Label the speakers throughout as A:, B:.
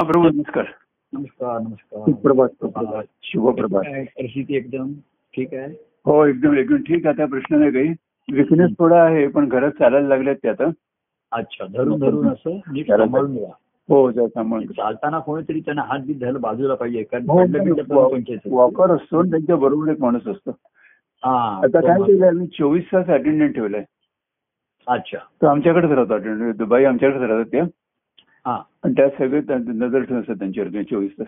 A: हा प्रभू नमस्कार
B: नमस्कार नमस्कार
A: सुप्रभात सुप्रभात शुभप्रभात
B: काय परिस्थिती एकदम ठीक आहे
A: हो एकदम एकदम ठीक आता प्रश्न नाही काही विकनेस थोडा आहे पण घरात चालायला लागल्यात ते आता
B: अच्छा धरून धरून असं नीट
A: त्याला
B: सांभाळून घ्या
A: हो जरा सांभाळून
B: चालताना कोणीतरी त्यांना हात बीत धरलं बाजूला पाहिजे कारण
A: हो,
B: पडलं बिडलं तर पंचायत
A: घ्या. वॉकर असतो आणि त्यांच्या बरोबर एक माणूस असतो
B: हा,
A: आता
B: तो
A: काय
B: मग.
A: केलं आम्ही चोवीस तास अटेंडंट ठेवलाय
B: अच्छा
A: तो आमच्याकडेच राहतो अटेंडंट दुबई आमच्याकडेच राहतात त्या
B: हा
A: आणि त्या सगळे त्या- नजर ठेवून असतात त्यांच्यावरती चोवीस तास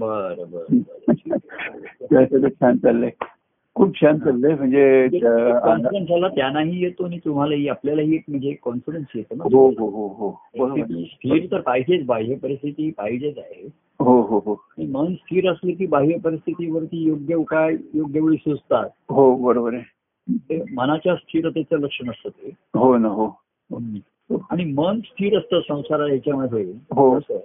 B: बर बर
A: त्या सगळं छान चाललंय खूप छान चाललंय म्हणजे अं, त्या-
B: कॉन्फिडन्स आला त्यांनाही येतो आणि तुम्हालाही आपल्यालाही एक म्हणजे कॉन्फिडन्स येतो ना
A: हो हो हो हो बरोबर.
B: परिस्थिती स्थिर तर पाहिजेच बाह्य परिस्थिती पाहिजेच आहे
A: हो हो हो
B: आणि मन स्थिर असले की बाह्य परिस्थितीवरती योग्य उपाय योग्य वेळी सुचतात
A: हो बरोबर आहे
B: ते मनाच्या स्थिरतेचं लक्षण असतं ते
A: हो ना हो
B: आणि मन स्थिर असतं संसारा याच्यामध्ये
A: हो.
B: कसं,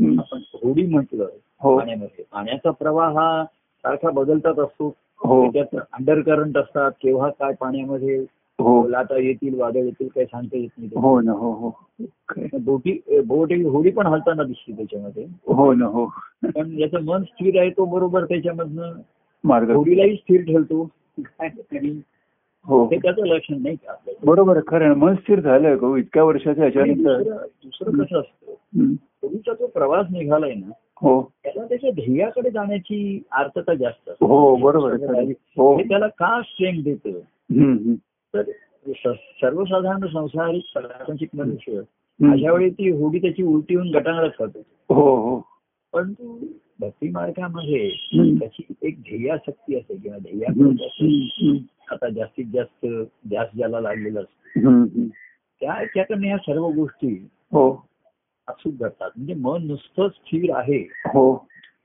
A: हम्म.
B: आपण होडी म्हटलं
A: हो
B: पाण्यामध्ये पाण्याचा प्रवाह हा सारखा बदलतात असतो
A: हो
B: त्याच्यात अंडर करंट असतात केव्हा काय पाण्यामध्ये
A: हो
B: लाटा येतील वादळ येतील काही सांगता येत नाही
A: हो ना हो हो काय?
B: ते. बोटी बोट होडी पण हलताना दिसते त्याच्यामध्ये
A: हो ना हो
B: पण ज्याचं मन स्थिर आहे तो बरोबर त्याच्यामधनं
A: मार्ग
B: होडीलाही स्थिर ठेवतो काय आणि
A: हो
B: हे त्याचं लक्षण नाही का आपल्याला?
A: बरोबर आहे, खरं आहे. मन स्थिर झालंय गो इतक्या वर्षाच्या
B: आणि
A: ह्याच्यानंतर
B: दुसरं दुसरं कसं असतं
A: हम्म.
B: होडीचा जो प्रवास निघालाय ना
A: हो
B: त्याला त्याच्या ध्येयाकडे जाण्याची आर्थता जास्त असते.
A: हो बरोबर आहे, खरं आहे. हो
B: हे त्याला का स्ट्रेंथ देतं
A: हम्म, हम्म.
B: तर स- सर्वसाधारण संसारिक प्रापंचिक मनुष्य
A: हम्म.
B: अशा वेळी ती होडी त्याची उलटी होऊन गटांगळाच खातो
A: हो हो
B: परंतु भक्ती मार्गामध्ये
A: हम्म.
B: त्याची एक ध्येयासक्ती असते किंवा
A: हम्म,
B: ध्येयाकडे असते.
A: हम्म,
B: आता जास्तीत जास्त ध्यास ज्याला लागलेला असतो
A: हम्म, हम्म.
B: त्या त्याकडनं या सर्व गोष्टी
A: हो
B: अचूक घडतात म्हणजे मन नुसतं स्थिर आहे
A: हो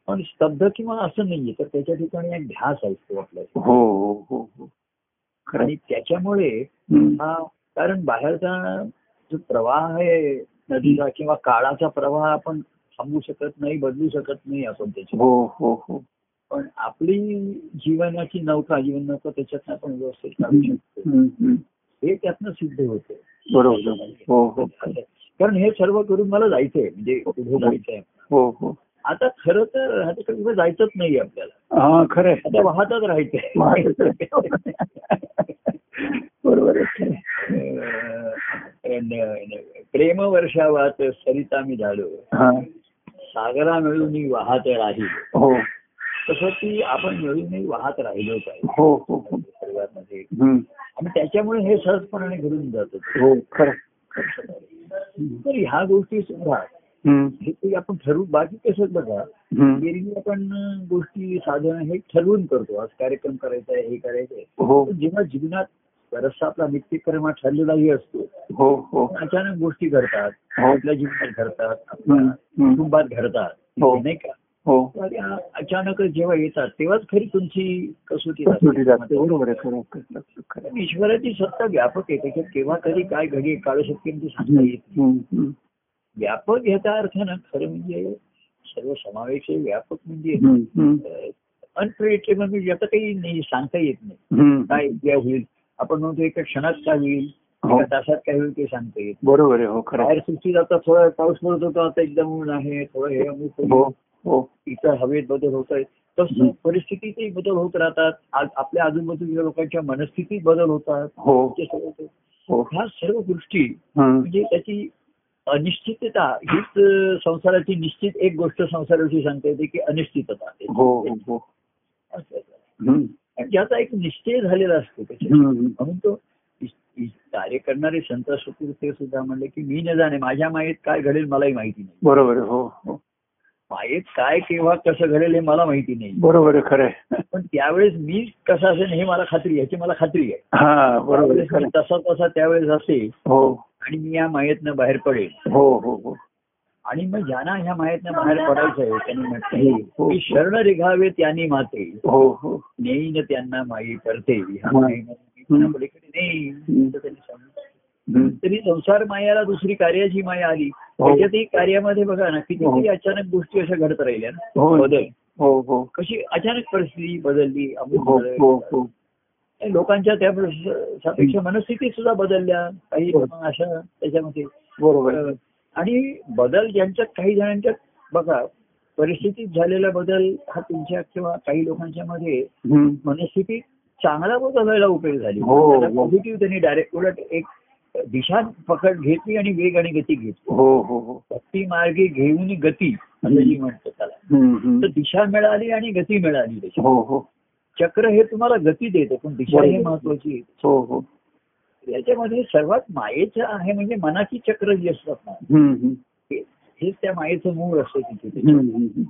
B: पण स्तब्ध किंवा असं नाहीये तर त्याच्या ठिकाणी एक ध्यास असतो आपल्याला
A: हो हो हो हो खरं आहे.
B: आणि त्याच्यामुळे
A: हम्म.
B: हा कारण बाहेरचा जो प्रवाह आहे नदीचा किंवा काळाचा प्रवाह आपण थांबवू शकत नाही बदलू शकत नाही आपण त्याची
A: हो हो हो
B: पण आपली जीवनाची नौका जीवन नौका त्याच्यातनं आपण व्यवस्थित काढू
A: हम्म,
B: शकतो
A: हम्म, हम्म.
B: हे त्यातनं सिद्ध होतं
A: बरोबर हो हो
B: कारण हे सर्व करून मला जायचंय म्हणजे पुढे जायचंय
A: हो हो
B: आता खरं तर आता तर कुठे जायचंच नाही आपल्याला
A: हा खरं आहे.
B: आता वाहतच राहायचंय
A: बरोबर आहे
B: अं, न- न- uh, प्रेम वर्षावात सरिता मी झालो
A: हा
B: सागरा मिळून वाहत राहील
A: हो
B: तसं ती आपण मिळूनही वाहत राहिलो पाहिजे
A: हो हो हो
B: परिवारामध्ये
A: हम्म.
B: आणि त्याच्यामुळे हे सहजपणाने घडून जात
A: हो खरं
B: तर ह्या गोष्टी सुद्धा
A: हम्म.
B: हे ते आपण ठरवू बाकी कसं बघा
A: हम्म.
B: एरवी आपण अं, गोष्टी साधन हे ठरवून करतो आज कार्यक्रम करायचा आहे हे करायचं आहे
A: हो
B: पण जेव्हा जीवनात बराचसा आपला नित्यक्रम हा ठरलेलाही असतो
A: हो हो
B: पण अचानक गोष्टी घडतात
A: हो.
B: आपल्या जीवनात घडतात
A: हम्म.
B: आपल्या
A: हम्म.
B: कुटुंबात घडतात
A: हो.
B: नाही का
A: हो
B: त्या अचानक जेव्हा येतात तेव्हाच खरी तुमची कसोटी लागते.
A: सुटी जाते बरोबर आहे खरं आहे, खरं आहे, खरं आहे.
B: कारण ईश्वराची सत्ता व्यापक आहे त्याच्यात केव्हा कधी काय घडी काढू शकते ते सांगता येत नाही.
A: हम्म. हम्म.
B: व्यापक याचा अर्थ ना खरं म्हणजे सर्व समावेश व्यापक म्हणजे
A: हम्म. हम्म.
B: अनप्रेडिक्टेबल म्हणजे आता काही नाही सांगता येत नाही
A: हम्म.
B: काय उद्या होईल आपण म्हणतो एका क्षणात काय होईल
A: हो.
B: एका तासात काय होईल ते सांगता येत
A: बरोबर आहे हो खरं आहे.
B: बाहेर सृष्टीत आता थोडा पाऊस पडत होता आता एकदम ऊन आहे थोडं हे अमुक होईल.
A: हो हो
B: इतर हवेत बदल होत आहेत तसं
A: हं.
B: परिस्थितीतही बदल होत राहतात आज आपल्या आजूबाजूच्या लोकांच्या मनस्थितीत बदल होतात
A: हो
B: ते सर्व होतं.
A: हो
B: ह्या सर्व गोष्टी
A: हम्म.
B: म्हणजे त्याची अनिश्चितता हीच अं, संसाराची निश्चित एक गोष्ट संसाराविषयी सांगता येते की अनिश्चितता
A: हो हो हो
B: असं आहे.
A: हम्म.
B: आणि ज्याचा एक निश्चय झालेला असतो त्याच्या
A: हम्म.
B: म्हणून तो इस- इस- कार्य करणारे संत सुपूर ते सुद्धा म्हणले की मी न जाणे माझ्या मायेत काय घडेल मलाही माहिती नाही
A: बरोबर आहे हो हो
B: मायेत काय केव्हा कसं घडेल हे मला माहिती नाही
A: बरोबर आहे खरं आहे.
B: पण त्यावेळेस मी कसा असेल हे मला खात्री आहे, याची मला खात्री आहे
A: हा बरोबर आहे
B: त्यावेळेस
A: खरं
B: मी
A: आहे.
B: तसा तसा त्यावेळेस असेल
A: हो
B: आणि मी या मायेतनं बाहेर पडेल
A: हो हो हो
B: आणि मग ज्यांना ह्या मायेतनं बाहेर पडायचं आहे त्यांनी म्हटलं
A: हो.
B: की शरण रिघावे त्यांनी माते
A: हो हो
B: नेईन त्यांना माई परते ह्या
A: हं.
B: मायेनं मी त्यांना पलीकडे नेईन.
A: हं.
B: असं त्यांनी सांगितलं.
A: हम्म.
B: तरी संसार मायाला दुसरी कार्याची माया आली
A: हो.
B: त्याच्यातही कार्यामध्ये बघा ना कितीतरी
A: हो.
B: अचानक गोष्टी अशा घडत राहिल्या ना
A: हो.
B: बदल
A: हो हो
B: कशी अचानक परिस्थिती बदलली अमुक
A: हो
B: बदल.
A: हो हो
B: आणि लोकांच्या त्या सापेक्ष मनस्थिती सुद्धा बदलल्या काही
A: हो.
B: अशा त्याच्यामध्ये
A: बरोबर
B: अं, आणि बदल ज्यांच्यात काही जणांच्यात बघा परिस्थितीत झालेला बदल हा तुमच्या किंवा काही लोकांच्या मध्ये
A: हम्म.
B: मनस्थिती चांगला बदल व्हायला उपयोग झाली
A: हो, हो.
B: पॉझिटिव्ह त्यांनी डायरेक्ट उलट एक दिशा पकड घेतली आणि वेग आणि गती घेतली
A: हो हो हो
B: भक्ती मार्गे घेऊन गती असं जी म्हणतो त्याला
A: हम्म,
B: तर
A: हम्म.
B: दिशा मिळाली आणि गती मिळाली त्याची
A: हो हो
B: चक्र हे तुम्हाला गती देते पण दिशा ही
A: बरोबर.
B: महत्वाची आहे.
A: हो हो
B: याच्यामध्ये सर्वात मायेचं आहे म्हणजे मनाची चक्र जी असतात ना
A: हम्म, हम्म.
B: हे- हेच त्या मायेचं मूळ असतं तिथे
A: हम्म, हम्म.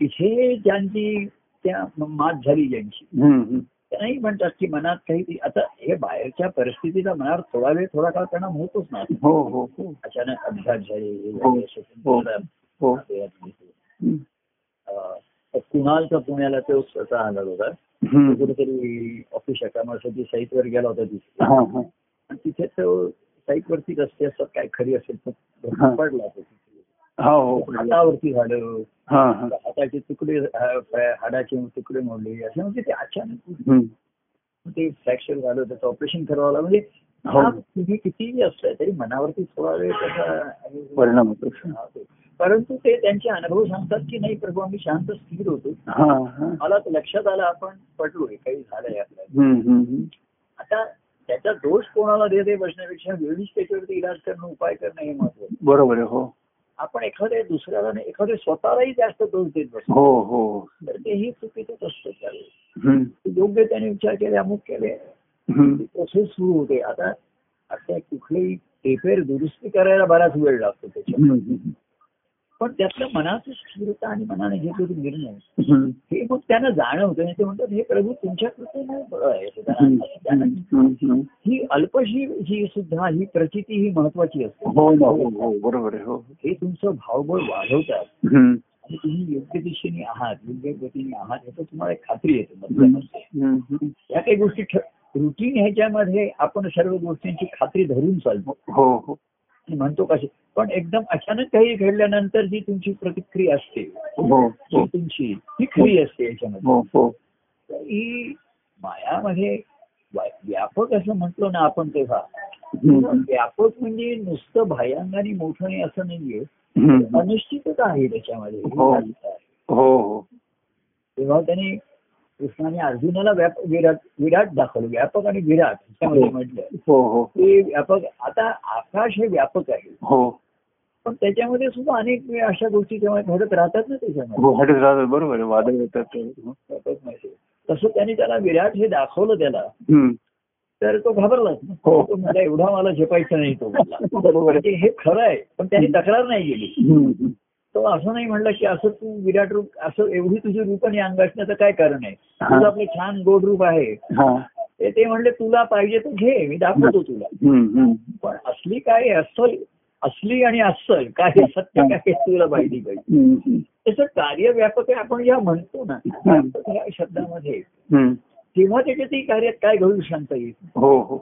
B: तिथे ज्यांची त्या म- मात झाली ज्यांची
A: हम्म, हम्म.
B: त्यांनाही म्हणतात की मनात काही ती- आता हे बाहेरच्या परिस्थितीला मनावर थोडा वेळ थोडा काळ परिणाम होतोच ना
A: हो हो हो
B: अचानक अपघात झाले हे
A: हो.
B: झाले, स्वतंत्र
A: हो हम्म.
B: अं, कुणालचा पुण्याला तो स्वतः आला होता तो
A: हम्म.
B: कुठेतरी ऑफिसच्या कामासाठी साईटवर गेला होता तिथे
A: हा, हा.
B: आणि तिथे तो साईटवरतीच असते असतात काय खरी असेल
A: हा.
B: तर पडला तो तिथे.
A: हा, हो
B: हातावरती झालं
A: हा, हा.
B: हाताचे तुकडे अं, पाय- हाडाचे तुकडे मोडले असे म्हणजे ते अचानक
A: हम्म.
B: ते फ्रॅक्चर झालं त्याचं ऑपरेशन करावं लागलं म्हणजे
A: हो.
B: हा तुम्ही कितीही असलं तरी मनावरती थोडा वेळ त्याचा
A: परिणाम होतो
B: होतो. परंतु ते त्यांचे अनुभव सांगतात की नाही प्रभू आम्ही शांत स्थिर होतो
A: हा, हा.
B: मला तर लक्षात आलं आपण पडलोय काही झालंय आपल्याला
A: हम्म, हम्म.
B: आता त्याचा दोष कोणाला देते बसण्यापेक्षा वेळीच त्याच्यावरती इलाज करणं उपाय करणं हे महत्वाचं आहे.
A: बरोबर आहे हो
B: आपण एखाद्या दुसऱ्याला नाही एखाद्या स्वतःलाही जास्त दोष देत बसतो
A: हो हो
B: तर तेही चुकीचंच असतं त्यावेळी.
A: हम्म.
B: योग्य त्याने विचार केले अमुक केले
A: हम्म.
B: प्रोसेस सुरू होते आता आता कुठलेही रिपेअर दुरुस्ती करायला बराच वेळ लागतो त्याच्यात
A: हम्म.
B: पण त्यातलं मनाची स्थिरता आणि मनाने घेतलेले निर्णय
A: हम्म.
B: हे मग त्यांना जाणवतं आणि ते म्हणतात हे प्रभू तुमच्या कृपेने बरं आहे असं
A: हम्म.
B: त्यांना- त्यांना-
A: हम्म. हम्म.
B: ही अल्पशी ही सुद्धा ही प्रचिती ही महत्वाची असते
A: हो ना हो हो बरोबर आहे हो
B: हे तुमचं भावबळ वाढवतात
A: हम्म.
B: आणि तुम्ही योग्य दिशेने आहात योग्य गतीने आहात याचं तुम्हाला एक खात्री येते
A: हम्म.
B: मतलब असते
A: हम्म.
B: या काही गोष्टी रुटीन ह्याच्यामध्ये आपण सर्व गोष्टींची खात्री धरून चालतो
A: हो हो
B: आणि म्हणतो कशी पण एकदम अचानक काही घडल्यानंतर जी तुमची प्रतिक्रिया असते
A: हो
B: जी तुमची ती खरी असते याच्यामध्ये
A: हो हो
B: तर ही मायामध्ये व्या- व्यापक असं म्हटलो ना आपण तेव्हा
A: हम्म.
B: व्यापक म्हणजे नुसतं भयांग आणि मोठं नाही असं नाहीये
A: हम्म.
B: अनिश्चितता आहे त्याच्यामध्ये
A: हो. हो हो
B: तेव्हा त्याने कृष्णाने अर्जुनाला व्याप विराट विराट दाखवलं व्यापक आणि विराट त्यामध्ये म्हटलं
A: हो हो
B: ते व्यापक आता आकाश हे व्यापक आहे
A: हो
B: पण त्याच्यामध्ये सुद्धा अनेक वेळा अशा गोष्टी तेव्हा घडत राहतात ना त्याच्यामध्ये
A: हो हटत राहतात बरोबर आहे वादळ येतात हो.
B: व्यापक माहिती. तसं त्याने त्याला विराट हे दाखवलं त्याला
A: हम्म.
B: तर तो घाबरलाच ना
A: हो.
B: तो म्हणाला एवढा मला झेपायचं नाही तो म्हटला
A: बरोबर आहे
B: म्हणजे हे खरं आहे पण त्याने तक्रार नाही केली
A: हम्म.
B: तो असं नाही म्हणलं की असं तू विराट रूप असं एवढी तुझी रूप आणि अंग असण्याचं काय कारण आहे
A: हा.
B: तुझं आपलं छान गोड रूप आहे
A: हा
B: ते ते म्हणले तुला पाहिजे तर घे मी दाखवतो तुला
A: हम्म. हम्म.
B: पण असली काय अस्सल असली आणि अस्सल काय सत्य काय हे तुला माहिती पाहिजे
A: हम्म.
B: त्याचं कार्य व्यापक आहे आपण ज्या म्हणतो ना व्यापक या शब्दामध्ये
A: हम्म.
B: तेव्हा त्याच्या ते कार्यात काय घडू सांगता येईल
A: हो हो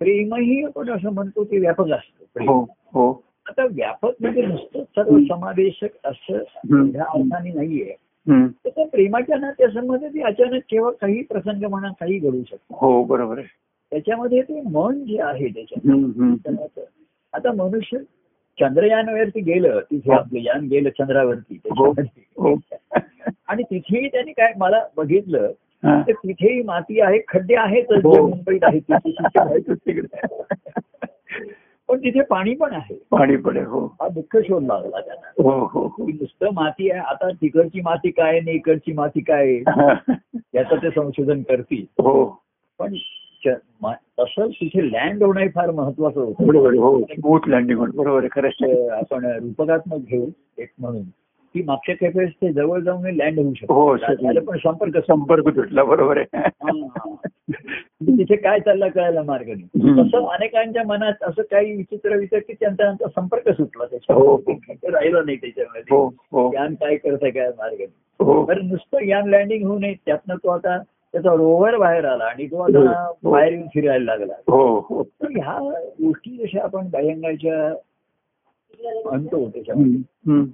B: प्रेमही आपण असं म्हणतो ते व्यापक असतं प्रेम.
A: हो हो
B: आता व्यापक म्हणजे नुसतं सर्व समावेशक असं
A: हम्म.
B: या अर्थाने नाहीये
A: हम्म.
B: तर त्या प्रेमाच्या नात्यासंबंधी ते अचानक केव्हा काही प्रसंग म्हणा काही घडू शकतो
A: हो बरोबर आहे
B: त्याच्यामध्ये ते मन जे आहे त्याच्यात
A: हम्म. हम्म.
B: त्याचं- आता मनुष्य चंद्रयानवरती गेलं तिथे
A: हो.
B: आपलं यान गेलं चंद्रावरती
A: हो हो
B: त्याच्यामध्ये. आणि तिथेही त्यांनी काय मला बघितलं
A: हा.
B: तर तिथेही माती आहे खड्डे आहेत
A: हो.
B: जे मुंबईत आहेत तिथे तिथे आहेत.
A: तिकडे.
B: पण तिथे पाणी पण आहे
A: पाणी पडे हो
B: हा दुःख शोध लागला त्यांना
A: हो हो हो.
B: की नुसतं माती आहे आता तिकडची माती काय आणि इकडची माती काय आहे,
A: हा.
B: याचं ते संशोधन करतील
A: हो
B: पण च- म- तसं तिथे लँड होणं हे फार महत्वाचं होतं
A: बरोबर आहे, हो बोट लँडिंग होईल. बरोबर आहे खरंच आहे.
B: अं, आपण रूपकात्मक घेऊ एक म्हणून की मागच्या कॅफेस ते जवळ जाऊन लँड होऊ
A: हो,
B: शकतो
A: शकतं.
B: त्याला पण संपर्क
A: संपर्क तुटला बरोबर आहे
B: हा. म्हणजे तिथे काय चाललं कळायला मार्ग नाही
A: हम्म.
B: तसं अनेकांच्या मनात असं काही विचित्र विचार की त्यांचा त्यांचा संपर्क सुटला
A: हो.
B: त्याच्यावर राहिला नाही
A: हो
B: त्याच्यामध्ये
A: हो
B: यान काय करतं काय मार्ग नाही
A: हो
B: बरं नुसतं यान लँडिंग होऊ नये त्यातनं तो आता त्याचा रोवर बाहेर आला आणि तो आता
A: हो.
B: बाहेर येऊन फिरायला लागला
A: हो हो
B: तर ह्या गोष्टी जशा आपण बाह्यंगाच्या म्हणतो त्याच्यामध्ये
A: हम्म,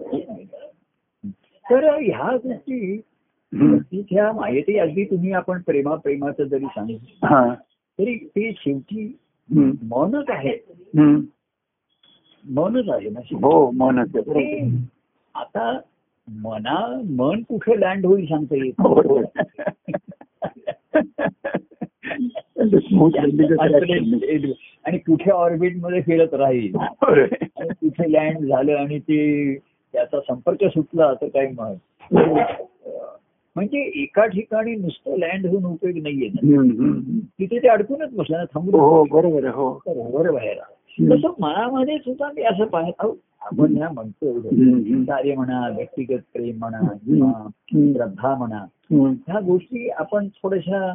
A: हम्म,
B: तर ह्या गोष्टी
A: हम्म.
B: त्या माहिती अगदी तुम्ही आपण प्रेमा प्रेमाचं जरी सांगितलं
A: हा.
B: तरी ते शेवटी
A: हम्म,
B: मनच आहे
A: हम्म.
B: मनच आहे ना शेवटी.
A: हो मनच आहे बरोबर आहे.
B: ते आता मना मन कुठे लँड होईल सांगता येत
A: हो, बरोबर. त्याचं smooth landing
B: नाही.
A: कसं
B: असं
A: आहे?
B: ते- आणि कुठे ऑर्बिट मध्ये फिरत राहील आणि कुठे लँड झालं आणि ते त्याचा संपर्क सुटला तर काही मग म्हणजे एका ठिकाणी नुसतं लँड होऊन उपयोग नाहीये ना.
A: हम्म, हम्म.
B: तिथे ते अडकूनच बसलं ना थांबून
A: हो बरोबर आहे, हो
B: बरोबर बाहेर आलं.
A: हम्म.
B: तसं मनामध्ये सुद्धा मी असं पाहत आपण ह्या म्हणतो
A: हम्म.
B: कार्य म्हणा व्यक्तिगत प्रेम म्हणा किंवा
A: हम्म.
B: श्रद्धा म्हणा
A: हम्म.
B: ह्या गोष्टी आपण थोड्याशा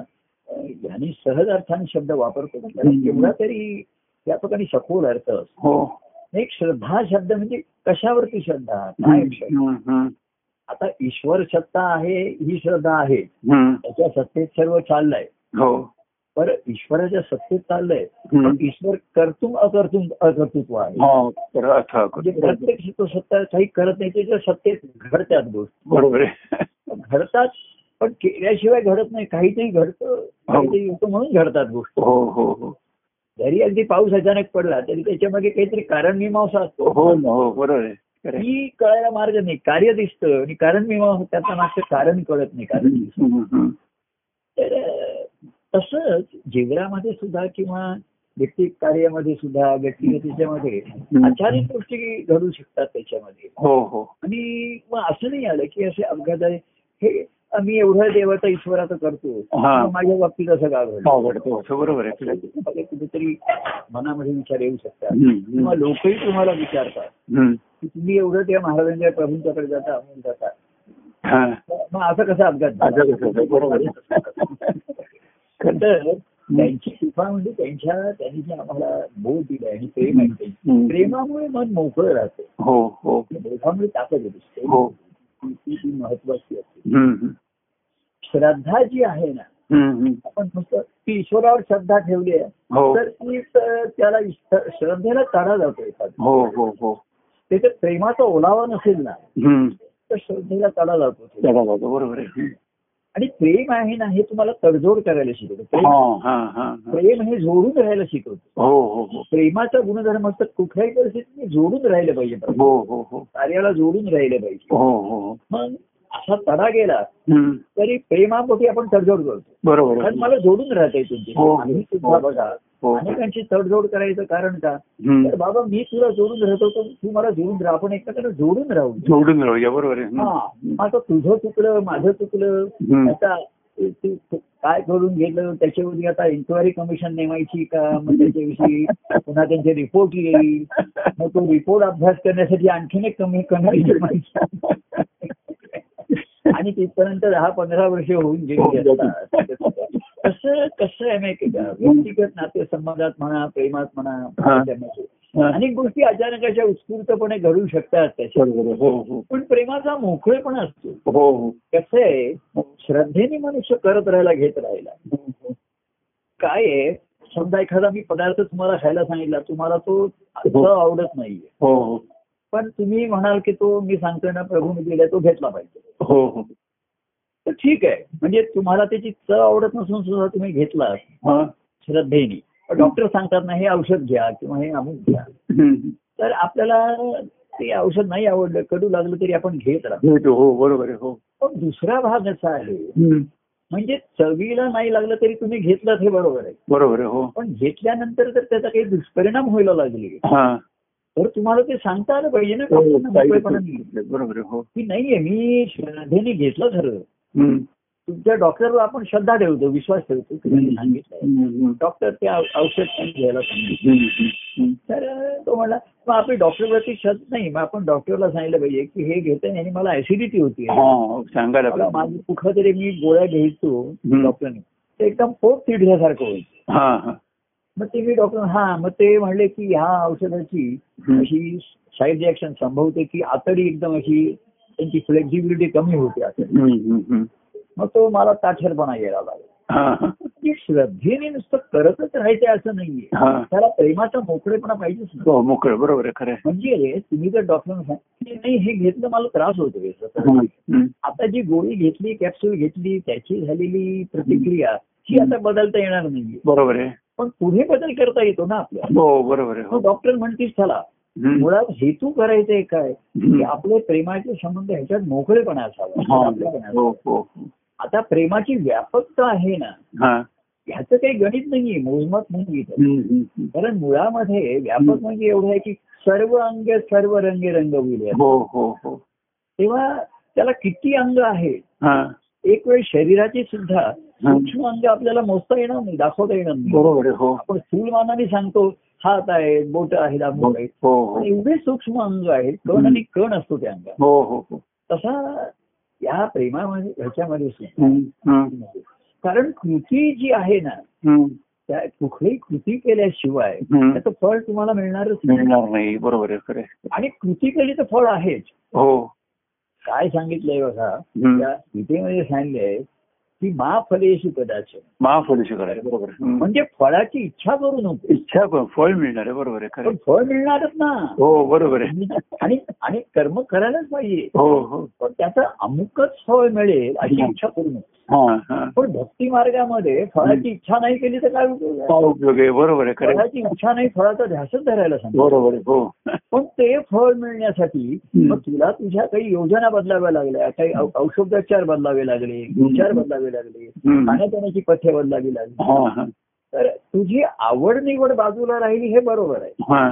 B: अ, याने सहज अर्थाने शब्द वापरतो पण त्याला
A: हम्म.
B: तेवढा तरी त्या प्रकारे सखोल अर्थ असतो
A: हो
B: एक श्रद्धा शब्द म्हणजे कशावरती श्रद्धा काय विषय?
A: हम्म, हम्म,
B: आता ईश्वर सत्ता आहे ही श्रद्धा आहे
A: हम्म.
B: त्याच्या सत्तेत सर्व चाललंय
A: हो
B: पर ईश्वराच्या सत्तेत चाललंय
A: हम्म.
B: पण ईश्वर कर्तुम अकर्तुम अकर्तृत्व आहे
A: हो तर अर्थ
B: म्हणजे
A: करतो.
B: प्रत्येक तो सत्ता काही करत नाही त्याच्या सत्तेत घडतात गोष्टी
A: बरोबर आहे
B: घडतात पण केल्याशिवाय घडत नाही काहीतरी घडतं काहीतरी होतं म्हणून घडतात गोष्टी
A: हो हो हो
B: जरी अगदी पाऊस अचानक पडला तरी त्याच्यामागे काहीतरी कारण मीमांसा असतो
A: हो ना हो बरोबर आहे खरं आहे.
B: ही कळायला मार्ग नाही कार्य दिसतं आणि कारण मीमांसा त्याचा मागचं कारण कळत नाही कारण
A: हम्म, हम्म.
B: तर अं, तसंच जीवनामध्ये सुद्धा किंवा व्यक्तिक कार्यामध्ये सुद्धा व्यक्तिगत याच्यामध्ये अचानक गोष्टी घडू शकतात त्याच्यामध्ये
A: हो हो
B: आणि मग असं नाही आलं की असे अपघात आहे हे आम्ही एवढं देवाचा ईश्वराचं करतो
A: हा.
B: मग माझ्या बाबतीत असं का घडलं
A: आवडतो असं बरोबर आहे खरं आहे.
B: मला कुठेतरी मनामध्ये विचार येऊ शकतात
A: हम्म,
B: किंवा
A: हम्म.
B: लोकही तुम्हाला विचारतात
A: हम्म.
B: की तुम्ही एवढं त्या महाराजांच्या प्रभूंच्याकडे जाता आम्ही जाता
A: हा.
B: मग असं कसं अपघात झाला?
A: असं कसं झालं? बरोबर आहे. खरं आहे.
B: तर त्यांची कृपा म्हणजे त्यांच्या त्यांनी जे आम्हाला बोध दिलाय आणि प्रेम आहे ते.
A: हम्म.
B: प्रेमामुळे मन मोकळं राहतं
A: हो हो
B: आणि बोधामुळे ताकद दिसते
A: हो
B: ती- ती ती महत्वाची असते
A: हम्म, हम्म.
B: श्रद्धा जी आहे ना
A: हम्म, हम्म.
B: आपण फक्त ती ईश्वरावर श्रद्धा ठेवली आहे
A: हो
B: तर ती तर त्याला इष्ट- श्रद्धेला तारा जातो एखादा
A: हो हो हो
B: त्याच्यात प्रेमाचा ओलावा नसेल ना
A: हम्म.
B: तर श्रद्धेला तारा जातो तो.
A: जगा जातो बरोबर आहे हम्म.
B: आणि प्रेम आहे ना हे तुम्हाला तडजोड करायला शिकवतो
A: हा
B: प्रेम-
A: हा हा हा.
B: प्रेम हे जोडून राहायला शिकवतो
A: हो हो हो
B: प्रेमाचा गुणधर्म असतात कुठल्याही परिस्थितीत मी जोडून राहिलं पाहिजे
A: हो हो हो
B: कार्याला जोडून राहिलं पाहिजे
A: हो हो हो
B: मग असा तडा गेला
A: हम्म.
B: तरी प्रेमापोटी आपण तडजोड करतो
A: बरोबर
B: कारण
A: आहे.
B: मला जोडून राहता येईल तुमची
A: हो.
B: आम्ही सुद्धा बघा
A: हो
B: अनेकांची तडजोड करायचं कारण का
A: हम्म.
B: तर बाबा मी तुला जोडून राहतो तर तू मला जोडून राहा आपण एकमेकांना जोडून राहू
A: जोडून राहूया बरोबर आहे हम्म.
B: हा आता तुझं चुकलं माझं चुकलं
A: हम्म.
B: आता ते काय करून गेलं त्याच्यावरती आता इन्क्वायरी कमिशन नेमायची का मग त्याच्याविषयी पुन्हा त्यांचे रिपोर्ट येईल मग तो रिपोर्ट अभ्यास करण्यासाठी आणखीन एक कमी कमिटी नेमायची आणि तिथपर्यंत दहा पंधरा वर्ष होऊन गेली असतात. कसं कसं आहे माहिती का व्यक्तिगत नातेसंबंधात म्हणा प्रेमात म्हणा
A: हा.
B: त्यामध्ये
A: हा.
B: अनेक गोष्टी अचानक अशा उत्स्फूर्तपणे घडू शकतात त्याच्या
A: बरोबर आहे. हो हो
B: पण प्रेमाचा मोकळेपणा असतो
A: हो हो
B: कसं आहे श्रद्धेने मनुष्य करत राहायला घेत राहायला
A: हो,
B: काय आहे समजा एखादा मी पदार्थ तुम्हाला खायला सांगितला तुम्हाला तो
A: हो.
B: असं आवडत नाहीये
A: हो हो
B: पण तुम्ही म्हणाल की तो मी सांगतोय ना प्रभूने दिलाय तो घेतला पाहिजे
A: हो हो
B: तर ठीक आहे म्हणजे तुम्हाला त्याची चव आवडत नसून सुद्धा तुम्ही घेतला
A: हा.
B: श्रद्धेने पण डॉक्टर सांगतात ना हे औषध घ्या किंवा हे अमुक घ्या
A: हम्म.
B: तर आपल्याला ते औषध नाही आवडलं कडू लागलं तरी आपण घेत राहतो
A: भेटू हो बरोबर आहे हो
B: पण दुसरा भाग असा आहे
A: हम्म.
B: म्हणजे चवीला नाही लागलं तरी तुम्ही घेतलं हे बरोबर आहे
A: बरोबर आहे हो
B: पण घेतल्यानंतर जर त्याचा काही दुष्परिणाम व्हायला लागले
A: हा
B: तर तुम्हाला ते सांगता आलं पाहिजे ना
A: हो,
B: डॉक्टरना
A: काही
B: मोकळेपणा नाही.
A: बरोबर आहे हो
B: की नाहीये मी श्रद्धेने घेतलं खरं
A: हम्म.
B: तुमच्या डॉक्टरवर आपण श्रद्धा ठेवतो विश्वास ठेवतो की त्यांनी सांगितलं
A: हम्म, हम्म.
B: डॉक्टर ते औ- औषध त्यांनी घ्यायला सांगितलं
A: हम्म, हम्म.
B: तर अं, तो म्हणला मग आपली डॉक्टरवरती श्रद्धा नाही मग आपण डॉक्टरला सांगितलं पाहिजे की हे घेते आणि मला ऍसिडिटी होती
A: हा सांगायला
B: मला
A: पाहिजे.
B: माझी कुठं तरी मी गोळ्या घ्यायचो
A: हम्म.
B: डॉक्टरने ते एकदम पोट चिडल्यासारखं होईल
A: हा हा
B: मग ते मी डॉक्टर हा मग ते म्हणले की ह्या औषधाची
A: हम्म.
B: अशी साईड रिॲक्शन संभवते की आतडी एकदम अशी त्यांची फ्लेक्झिबिलिटी कमी होते असं
A: हम्म, हम्म, हम्म.
B: मग तो मला ताठरपणा यायला लागला
A: हा हा
B: की श्रद्धेने नुसतं करतच राहायचं असं नाहीये
A: हा.
B: त्याला प्रेमाचा मोकळेपणा पाहिजेच ना
A: हो मोकळ बरोबर आहे खरं आहे.
B: म्हणजे तुम्ही जर डॉक्टरांना सांगितलं की नाही हे घेतलं मला त्रास होतोय
A: हम्म, हम्म.
B: आता जी गोळी घेतली कॅप्सूल घेतली त्याची झालेली प्रतिक्रिया ही आता बदलता येणार नाहीये
A: बरोबर आहे
B: पण पुढे बदल करता येतो ना आपल्याला
A: हो बरोबर आहे हो
B: मग डॉक्टर म्हणतील चला
A: हम्म.
B: मुळात हेतू करायचा आहे काय
A: हम्म.
B: की आपले प्रेमाचे संबंध ह्याच्यात मोकळेपणा
A: हा.
B: असावा आपलेपणा असावा.
A: हो हो
B: आता प्रेमाची व्यापकता आहे ना
A: हा
B: ह्याचं काही गणित नाहीये मोजमाप नाही इथं.
A: हम्म, हम्म, हम्म.
B: कारण मुळामध्ये व्यापक
A: हम्म.
B: म्हणजे एवढं आहे की सर्व अंग सर्व रंगे रंगविले आहेत.
A: हो हो हो
B: तेव्हा त्याला किती अंग आहेत
A: हा
B: एक वेळ शरीराची सुद्धा सूक्ष्म अंग आपल्याला मोजता येणार नाही दाखवता येणार नाही
A: बरोबर आहे हो
B: आपण स्थूलमानाने सांगतो हात आहेत बोट आहेत
A: हो
B: आंबोट आहेत
A: हो
B: पण एवढे सूक्ष्म अंग आहेत कण आणि कण असतो त्या अंगात
A: हो हो हो
B: तसा या प्रेमामध्ये ह्याच्यामध्ये सुद्धा
A: हम्म, हम्म,
B: आहे. कारण कृती जी आहे ना
A: हम्म.
B: त्या कुठलीही कृती केल्याशिवाय
A: हम्म.
B: त्याचं फळ तुम्हाला मिळणारच नाही
A: मिळणार नाही बरोबर आहे खरे
B: आणि कृती केली तर फळ आहेच
A: हो
B: काय सांगितलंय बघा
A: हम्म.
B: त्या गीतेमध्ये सांगितलंय की मा फलेशी कदाच
A: महाफलिश करायला बरोबर आहे. हम्म.
B: म्हणजे फळाची इच्छा करू नको
A: इच्छा पण फळ मिळणार आहे बरोबर आहे खरे
B: पण फळ मिळणारच ना
A: हो बरोबर आहे
B: आणि आणि कर्म करायलाच पाहिजे
A: हो हो
B: पण त्याचं अमुकच फळ मिळेल अशी इच्छा करू नको
A: हा हा
B: पण भक्ती मार्गामध्ये फळाची इच्छा नाही केली तर काय उपयोग आहे?
A: काय उपयोग आहे बरोबर आहे खरे
B: फळाची इच्छा नाही फळाचा ध्यासच धरायला सांगतो
A: बरोबर आहे हो
B: पण ते फळ मिळण्यासाठी
A: हम्म.
B: मग तुला तुझ्या काही योजना बदलाव्या लागल्या काही औ- औषधोपचार बदलावे लागले विचार बदलावे लागले
A: हम्म.
B: खाण्यापिण्याची पथ्य बदलावी लागली
A: हा हा
B: तर तुझी आवड निवड बाजूला राहिली हे बरोबर आहे
A: हा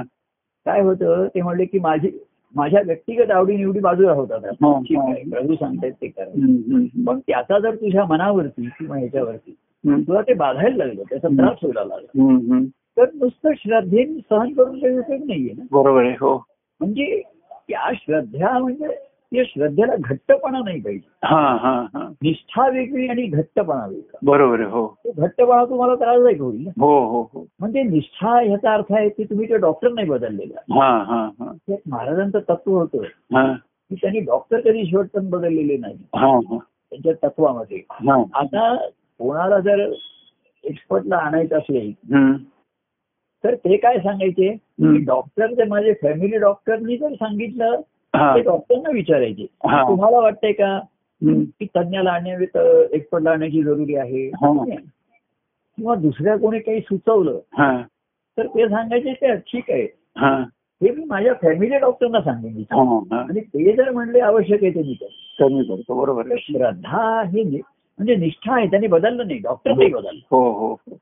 B: काय होतं ते म्हणले की माझी माझ्या व्यक्तिगत आवडीनिवडी बाजूला होतात
A: हो,
B: ठीक
A: हो.
B: आहे, प्रभू सांगतायत ते करा
A: हम्म, हम्म,
B: पण त्याचा जर तुझ्या मनावरती किंवा ह्याच्यावरती
A: हम्म.
B: तुला ते बाधायला लागलं त्याचा
A: हम्म.
B: त्रास व्हायला लागला
A: हम्म, हम्म.
B: तर नुसतं श्रद्धेने सहन करून काही उपयोग नाहीये ना
A: बरोबर आहे हो
B: म्हणजे त्या श्रद्धा म्हणजे त्या श्रद्धेला घट्टपणा नाही पाहिजे
A: हा हा हा
B: निष्ठा वेगळी आणि घट्टपणा वेगळा
A: बरोबर आहे हो
B: तो घट्टपणा तुम्हाला त्रासदायक होईल ना
A: हो हो हो
B: म्हणजे निष्ठा ह्याचा अर्थ आहे की तुम्ही ते डॉक्टर नाही बदललेला
A: हा हा हा
B: ते महाराजांचं तत्व होतं
A: हा
B: की त्यांनी डॉक्टर कधी शेवटपर्यंत बदललेले नाही
A: हा हा
B: त्यांच्या तत्वामध्ये
A: हा
B: आता कोणाला जर एक्सपर्टला आणायचं असेल
A: हम्म,
B: तर ते काय सांगायचे की
A: हम्म.
B: डॉक्टर ते माझे फॅमिली डॉक्टरनी जर सांगितलं
A: हा
B: ते डॉक्टरना विचारायचे
A: हा.
B: तुम्हाला वाटतंय का
A: हम्म.
B: की तज्ञाला आणण्या एक्सपर्टला आणण्याची जरुरी आहे
A: हा.
B: किंवा दुसऱ्या कोणी काही सुचवलं
A: हा
B: तर ते सांगायचे ते ठीक आहे
A: हा
B: हे मी माझ्या फॅमिली डॉक्टरना सांगेन मी.
A: हा हा
B: आणि ते जर म्हणले आवश्यक आहे ते मी करेन.
A: कमी करतो बरोबर
B: तर
A: आहे
B: श्रद्धा हे नि- म्हणजे निष्ठा आहे त्यांनी बदललं नाही डॉक्टर नाही बदललं
A: हो हो हो.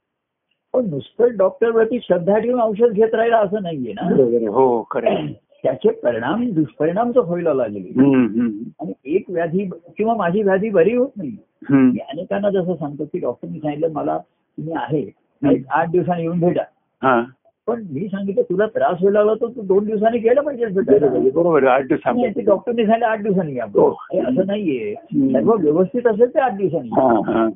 B: पण नुसतं डॉक्टरवरती श्रद्धा ठेवून औषध घेत राहिला असं नाहीये ना
A: बरोबर आहे हो खरं आहे.
B: त्याचे परिणाम दुष्परिणाम तर व्हायला लागले
A: हम्म, हम्म.
B: आणि एक व्याधी किंवा माझी व्याधी बरी होत नाही मी
A: हम्म.
B: अनेकांना जसं सांगतो की डॉक्टरनी सांगितलं मला तुम्ही आहे एक आठ दिवसांनी येऊन भेटा
A: हा
B: पण मी सांगितलं तुला त्रास व्हायला लागला तर तू दोन दिवसांनी गेलं पाहिजे भेटायला.
A: बरोबर आहे, बरोबर आहे. आठ दिवस
B: नाही, ते
A: थांबतो
B: डॉक्टरने सांगितलं आठ दिवसांनी या
A: हो.
B: हे असं नाहीये
A: हम्म.
B: सर्व व्यवस्थित असेल ते आठ दिवसांनी
A: हा हा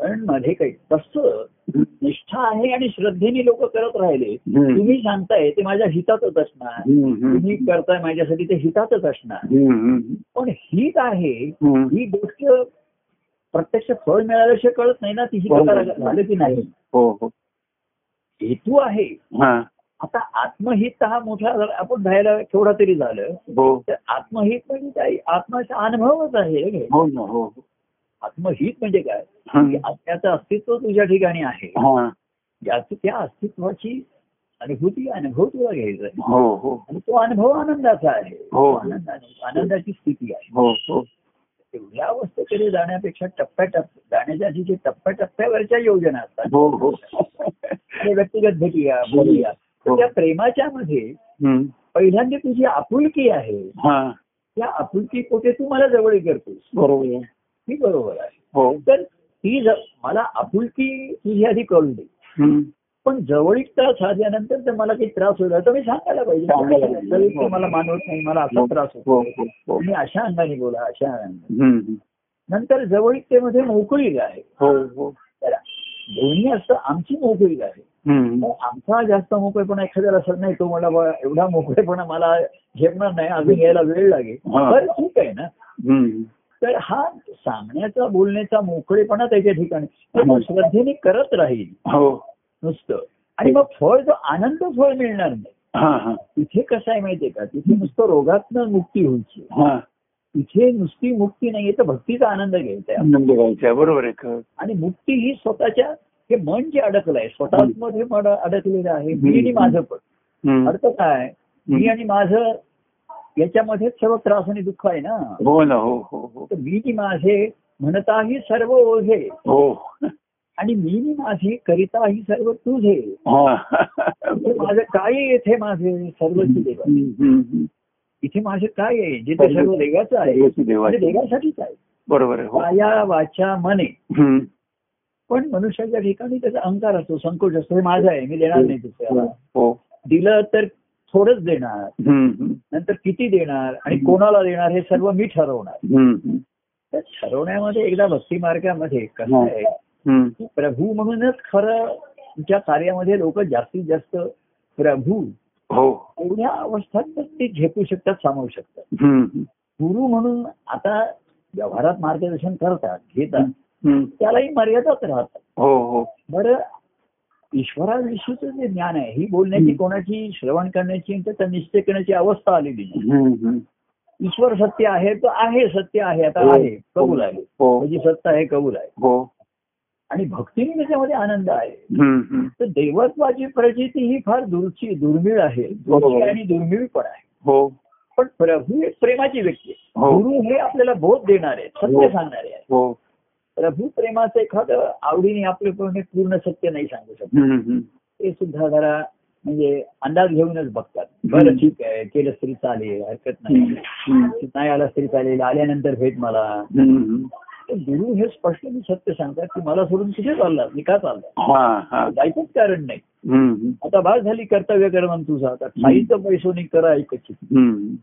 B: कारण मध्ये काही तसं
A: हम्म.
B: निष्ठा आहे आणि श्रद्धेने लोक करत राहिले
A: हम्म.
B: तुम्ही सांगताय ते माझ्या हितातच असणार
A: हम्म, हम्म.
B: तुम्ही करताय माझ्यासाठी ते हितातच असणार
A: हम्म, हम्म.
B: पण हित आहे
A: हम्म.
B: ही गोष्ट प्रत्यक्ष फळ मिळाल्याशिवाय कळत नाही ना ती हित
A: बरोबर.
B: झालं की नाही
A: हो हो
B: हेतू आहे
A: हा
B: आता आत्महित हा मोठा झाला. आपण राहायला केवढा तरी झालं
A: हो
B: तर आत्महित म्हणजे काय आत्माचा अनुभवच आहे रे.
A: हो ना हो हो.
B: आत्महित म्हणजे काय की
A: हम्म.
B: आत्म्याचं अस्तित्व तुझ्या ठिकाणी आहे
A: हा
B: ज्याचं त्या अस्तित्वाची अनुभूती अनुभव तुला घ्यायचा आहे
A: हो हो
B: आणि तो अनुभव आनंदाचा आहे
A: हो.
B: तो आनंदाने- आनंदाची स्थिती आहे
A: हो हो
B: एवढ्या अवस्थेकडे जाण्यापेक्षा टप्प्याटप जाण्यासाठी जे टप्प्याटप्प्यावरच्या योजना असतात
A: हो हो
B: आणि व्यक्तिगत भेटूया बोलूया तर
A: हो.
B: त्या प्रेमाच्या मध्ये
A: हम्म.
B: पहिल्यांदा तुझी आपुलकी आहे
A: हा
B: त्या आपुलकी पोटे तू मला जवळ करतोस
A: बरोबर आहे.
B: ही बरोबर आहे
A: हो
B: तर ती ज- मला आपुलकी तुझी आधी कळू दे
A: हम्म.
B: पण जवळीकता साधल्यानंतर जर मला काही त्रास होईल तर मी सांगायला
A: सांगायला
B: पाहिजे
A: पाहिजे.
B: जवळीक मला मानवत नाही मला असा
A: हो
B: त्रास
A: हो
B: होतो
A: हो हो.
B: तुम्ही अशा अंगाने बोला अशा अंगाने
A: हम्म, हम्म.
B: नंतर जवळीकतेमध्ये मोकळीक आहे
A: हो हो
B: तर दोन्ही असतं आमची मोकळीक आहे
A: हम्म.
B: पण आमचा जास्त मोकळेपणा एखाद्याला असत नाही तो मला बा- एवढा मोकळेपणा मला झेपणार नाही अजून यायला वेळ लागेल
A: हा.
B: तर ठीक आहे ना
A: हम्म.
B: तर हा सांगण्याचा बोलण्याचा मोकळेपणा त्याच्या ठिकाणी तर
A: हम्म.
B: श्रद्धेने करत राहील
A: हो
B: नुसतं आणि मग फळ जो आनंद फळ मिळणार नाही
A: हा हा
B: तिथे कसं आहे माहितीये का तिथे नुसतं रोगातनं मुक्ती व्हायची
A: हा
B: तिथे नुसती मुक्ती नाहीये तर भक्तीचा आनंद घ्यायचा आहे.
A: आनंद घ्यायचा आहे. बरोबर आहे खरं.
B: आणि मुक्ती ही स्वतःच्या हे मन जे अडकलं आहे स्वतःमध्ये मन अडकलेलं आहे मी आणि माझं पण
A: हम्म.
B: अर्थ काय मी आणि माझं याच्यामध्येच सर्व त्रास आणि दुःख आहे ना
A: हो ना हो हो हो
B: तर मी जी माझे म्हणताही सर्व ओझे
A: हो
B: आणि मी नी माझे करिताही सर्व तुझे इथे
A: हा.
B: माझं काय आहे इथे माझे सर्व देवा
A: हम्म, हम्म, हम्म.
B: इथे माझे काय आहे जे ते सर्व देवाचं आहे
A: देवाची
B: ते
A: देवाची
B: देवासाठीच आहे
A: बरोबर आहे हो
B: काया वाचा मने
A: हम्म.
B: पण मनुष्याच्या ठिकाणी त्याचा अहंकार असतो संकोच असतो हे माझं आहे मी देणार नाही दुसऱ्याला
A: हो
B: दिलं तर थोडंच देणार
A: हम्म, हम्म.
B: नंतर किती देणार आणि कोणाला देणार हे सर्व मी ठरवणार
A: हम्म,
B: तर ठरवण्यामध्ये एकदा भक्ती मार्गामध्ये कसं आहे
A: हम्म.
B: की प्रभू म्हणूनच खरं तुमच्या कार्यामध्ये लोक जास्तीत जास्त प्रभू
A: हो
B: एवढ्या अवस्थांतच ते झेपू शकतात सामावू शकतात
A: हम्म,
B: गुरु म्हणून आता व्यवहारात मार्गदर्शन करतात घेतात
A: हम्म.
B: त्यालाही मर्यादाच राहतात
A: हो हो
B: बरं ईश्वराविषयीचं जे ज्ञान आहे ही बोलण्याची
A: हं.
B: कोणाची श्रवण करण्याची आणि त्याचा निश्चय करण्याची अवस्था आलेली नाही
A: हम्म, हम्म.
B: ईश्वर सत्य आहे तो आहे सत्य आहे आता
A: हो.
B: आहे कबूल आहे
A: हो
B: म्हणजे सत्य आहे कबूल आहे
A: हो
B: आणि भक्तीने त्याच्यामध्ये आनंद आहे
A: हम्म, हम्म.
B: तर देवत्वाची प्रचिती ही फार दूरची दुर्मिळ आहे दूरची आणि दुर्मिळ पण आहे
A: हो
B: पण प्रभू एक प्रेमाची व्यक्ती आहे.
A: हो.
B: गुरु हे आपल्याला बोध देणारे आहेत, सत्य
A: हो.
B: सांगणारे आहे
A: हो
B: प्रभू प्रेमाचं एखादं आवडीने आपले कोणी पूर्ण सत्य नाही सांगू शकत
A: हम्म, हम्म.
B: ते सुद्धा जरा म्हणजे अंदाज घेऊनच बघतात
A: हम्म.
B: बरं ठीक आहे केलं तरी चालेल हरकत नाही
A: हम्म.
B: नाही आलास तरी चालेल आल्यानंतर भेट मला
A: हम्म, हम्म.
B: तर गुरु हे स्पष्ट मी सत्य सांगतात की मला सोडून कुठे चालला मी का चालला
A: हा हा
B: जायचंच कारण नाही
A: हम्म, हम्म.
B: आता बाद झाली कर्तव्य कर्मन तुझा आता खाईचं पैसोनी करा ऐकची
A: हम्म,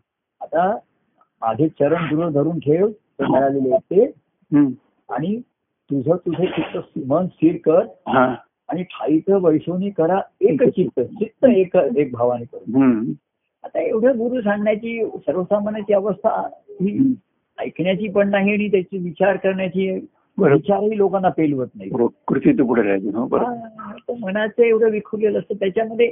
B: आता माझे चरण दूर धरून ठेव ते मिळालेले होते
A: हम्म.
B: आणि तुझं तुझे चित्त मन स्थिर कर
A: हा
B: आणि ठाईचं वैशोनी करा एक चित्त चित्त एक एक भावाने करू
A: हम्म.
B: आता एवढं गुरु सांगण्याची सर्वसामान्याची अवस्था ही ऐकण्याची पण नाही आणि त्याची विचार करण्याची
A: बरोबर
B: विचारही लोकांना पेलवत नाही
A: बरोबर. कृतीतून पुढे राहायचं हो बरोबर
B: हा, तर मनाचं एवढं विखुरलेलं असतं त्याच्यामध्ये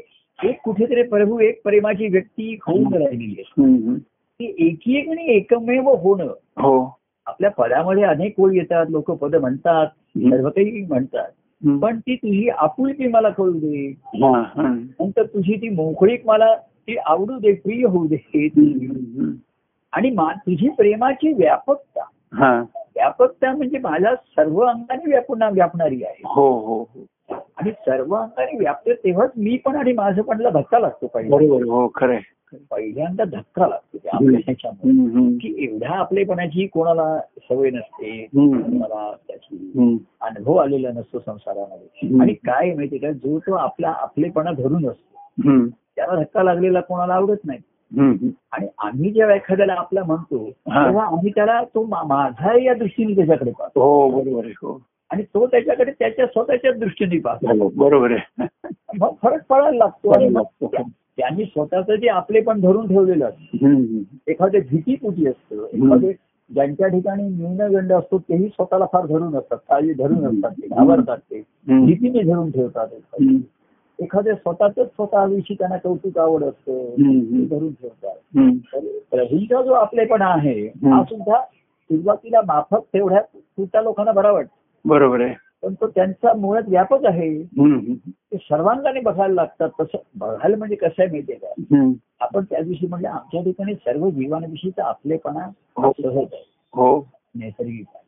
B: एक कुठेतरी प्रभू एक प्रेमाची व्यक्ती होऊन राहिलेली आहे
A: हम्म, हम्म.
B: ती एकी एक आणि एकमेव होणं
A: हो
B: आपल्या पदामध्ये अनेक ओळी येतात लोक पद म्हणतात
A: हम्म.
B: सर्व काही म्हणतात
A: हम्म.
B: पण ती तुझी आपुलकी मला कळू दे
A: हा हा
B: नंतर तुझी ती मोकळीक मला ती आवडू दे प्रिय होऊ दे
A: हम्म.
B: आणि मा- तुझी प्रेमाची व्यापकता
A: हा
B: व्यापकता म्हणजे मला सर्व अंगाने व्यापून व्यापणारी आहे
A: हो हो हो
B: आणि सर्व अंगाने व्यापते तेव्हाच मी पण आणि माझं पणला धक्का लागतो पहिला
A: बरोबर हो खरंय
B: पहिल्यांदा धक्का लागतो त्या आपल्या ह्याच्यामुळे
A: हम्म, हम्म.
B: की एवढ्या आपलेपणाची कोणाला सवय नसते
A: हम्म.
B: कोणाला त्याची
A: हम्म.
B: अनुभव आलेला नसतो संसारामध्ये
A: हम्म.
B: आणि काय आहे माहिती का जो तो आपला आपलेपणा धरून असतो
A: हम्म.
B: त्याला धक्का लागलेला कोणाला आवडत नाही
A: हम्म.
B: आणि आम्ही जेव्हा एखाद्याला आपला म्हणतो
A: हा.
B: तेव्हा आम्ही त्याला तो मा- माझा या दृष्टीने त्याच्याकडे पाहतो
A: हो बरोबर आहे हो
B: आणि तो त्याच्याकडे त्याच्या स्वतःच्या दृष्टीने पाहतो
A: हो, बरोबर आहे
B: मग फरक पडायला लागतो आणि
A: पडायला
B: मग
A: लागतो. हो.
B: त्या- त्यांनी स्वतःचं जे आपले पण धरून ठेवलेलं असतं
A: हम्म.
B: एखादे भीतीपुटी असतं एखादे ज्यांच्या ठिकाणी न्यूनगंड असतो तेही स्वतःला फार धरून असतात काळजी धरून
A: हम्म.
B: असतात ते घाबरतात ते
A: हम्म.
B: भीतीने धरून ठेवतात एखादे.
A: हम्म.
B: एखादे स्वतःच स्वतःविषयी त्यांना कौतुक आवड असतं
A: हम्म.
B: ते धरून ठेवतात
A: हम्म.
B: तर प्रभूंचा जो आपलेपणा आहे
A: हम्म.
B: हा सुद्धा सुरुवातीला माफक तेवढ्या तुटा लोकांना बरा वाटतो
A: बरोबर आहे
B: पण तो त्यांचा मुळात व्यापक आहे
A: हम्म.
B: ते सर्वांगाने बघायला लागतात तसं बघायला म्हणजे कसं आहे माहितीये का
A: हम्म.
B: आपण त्या दिवशी म्हणजे आमच्या ठिकाणी सर्व जीवांविषयीचा आपलेपणा
A: हो.
B: सहज आहे
A: हो
B: नैसर्गिक आहे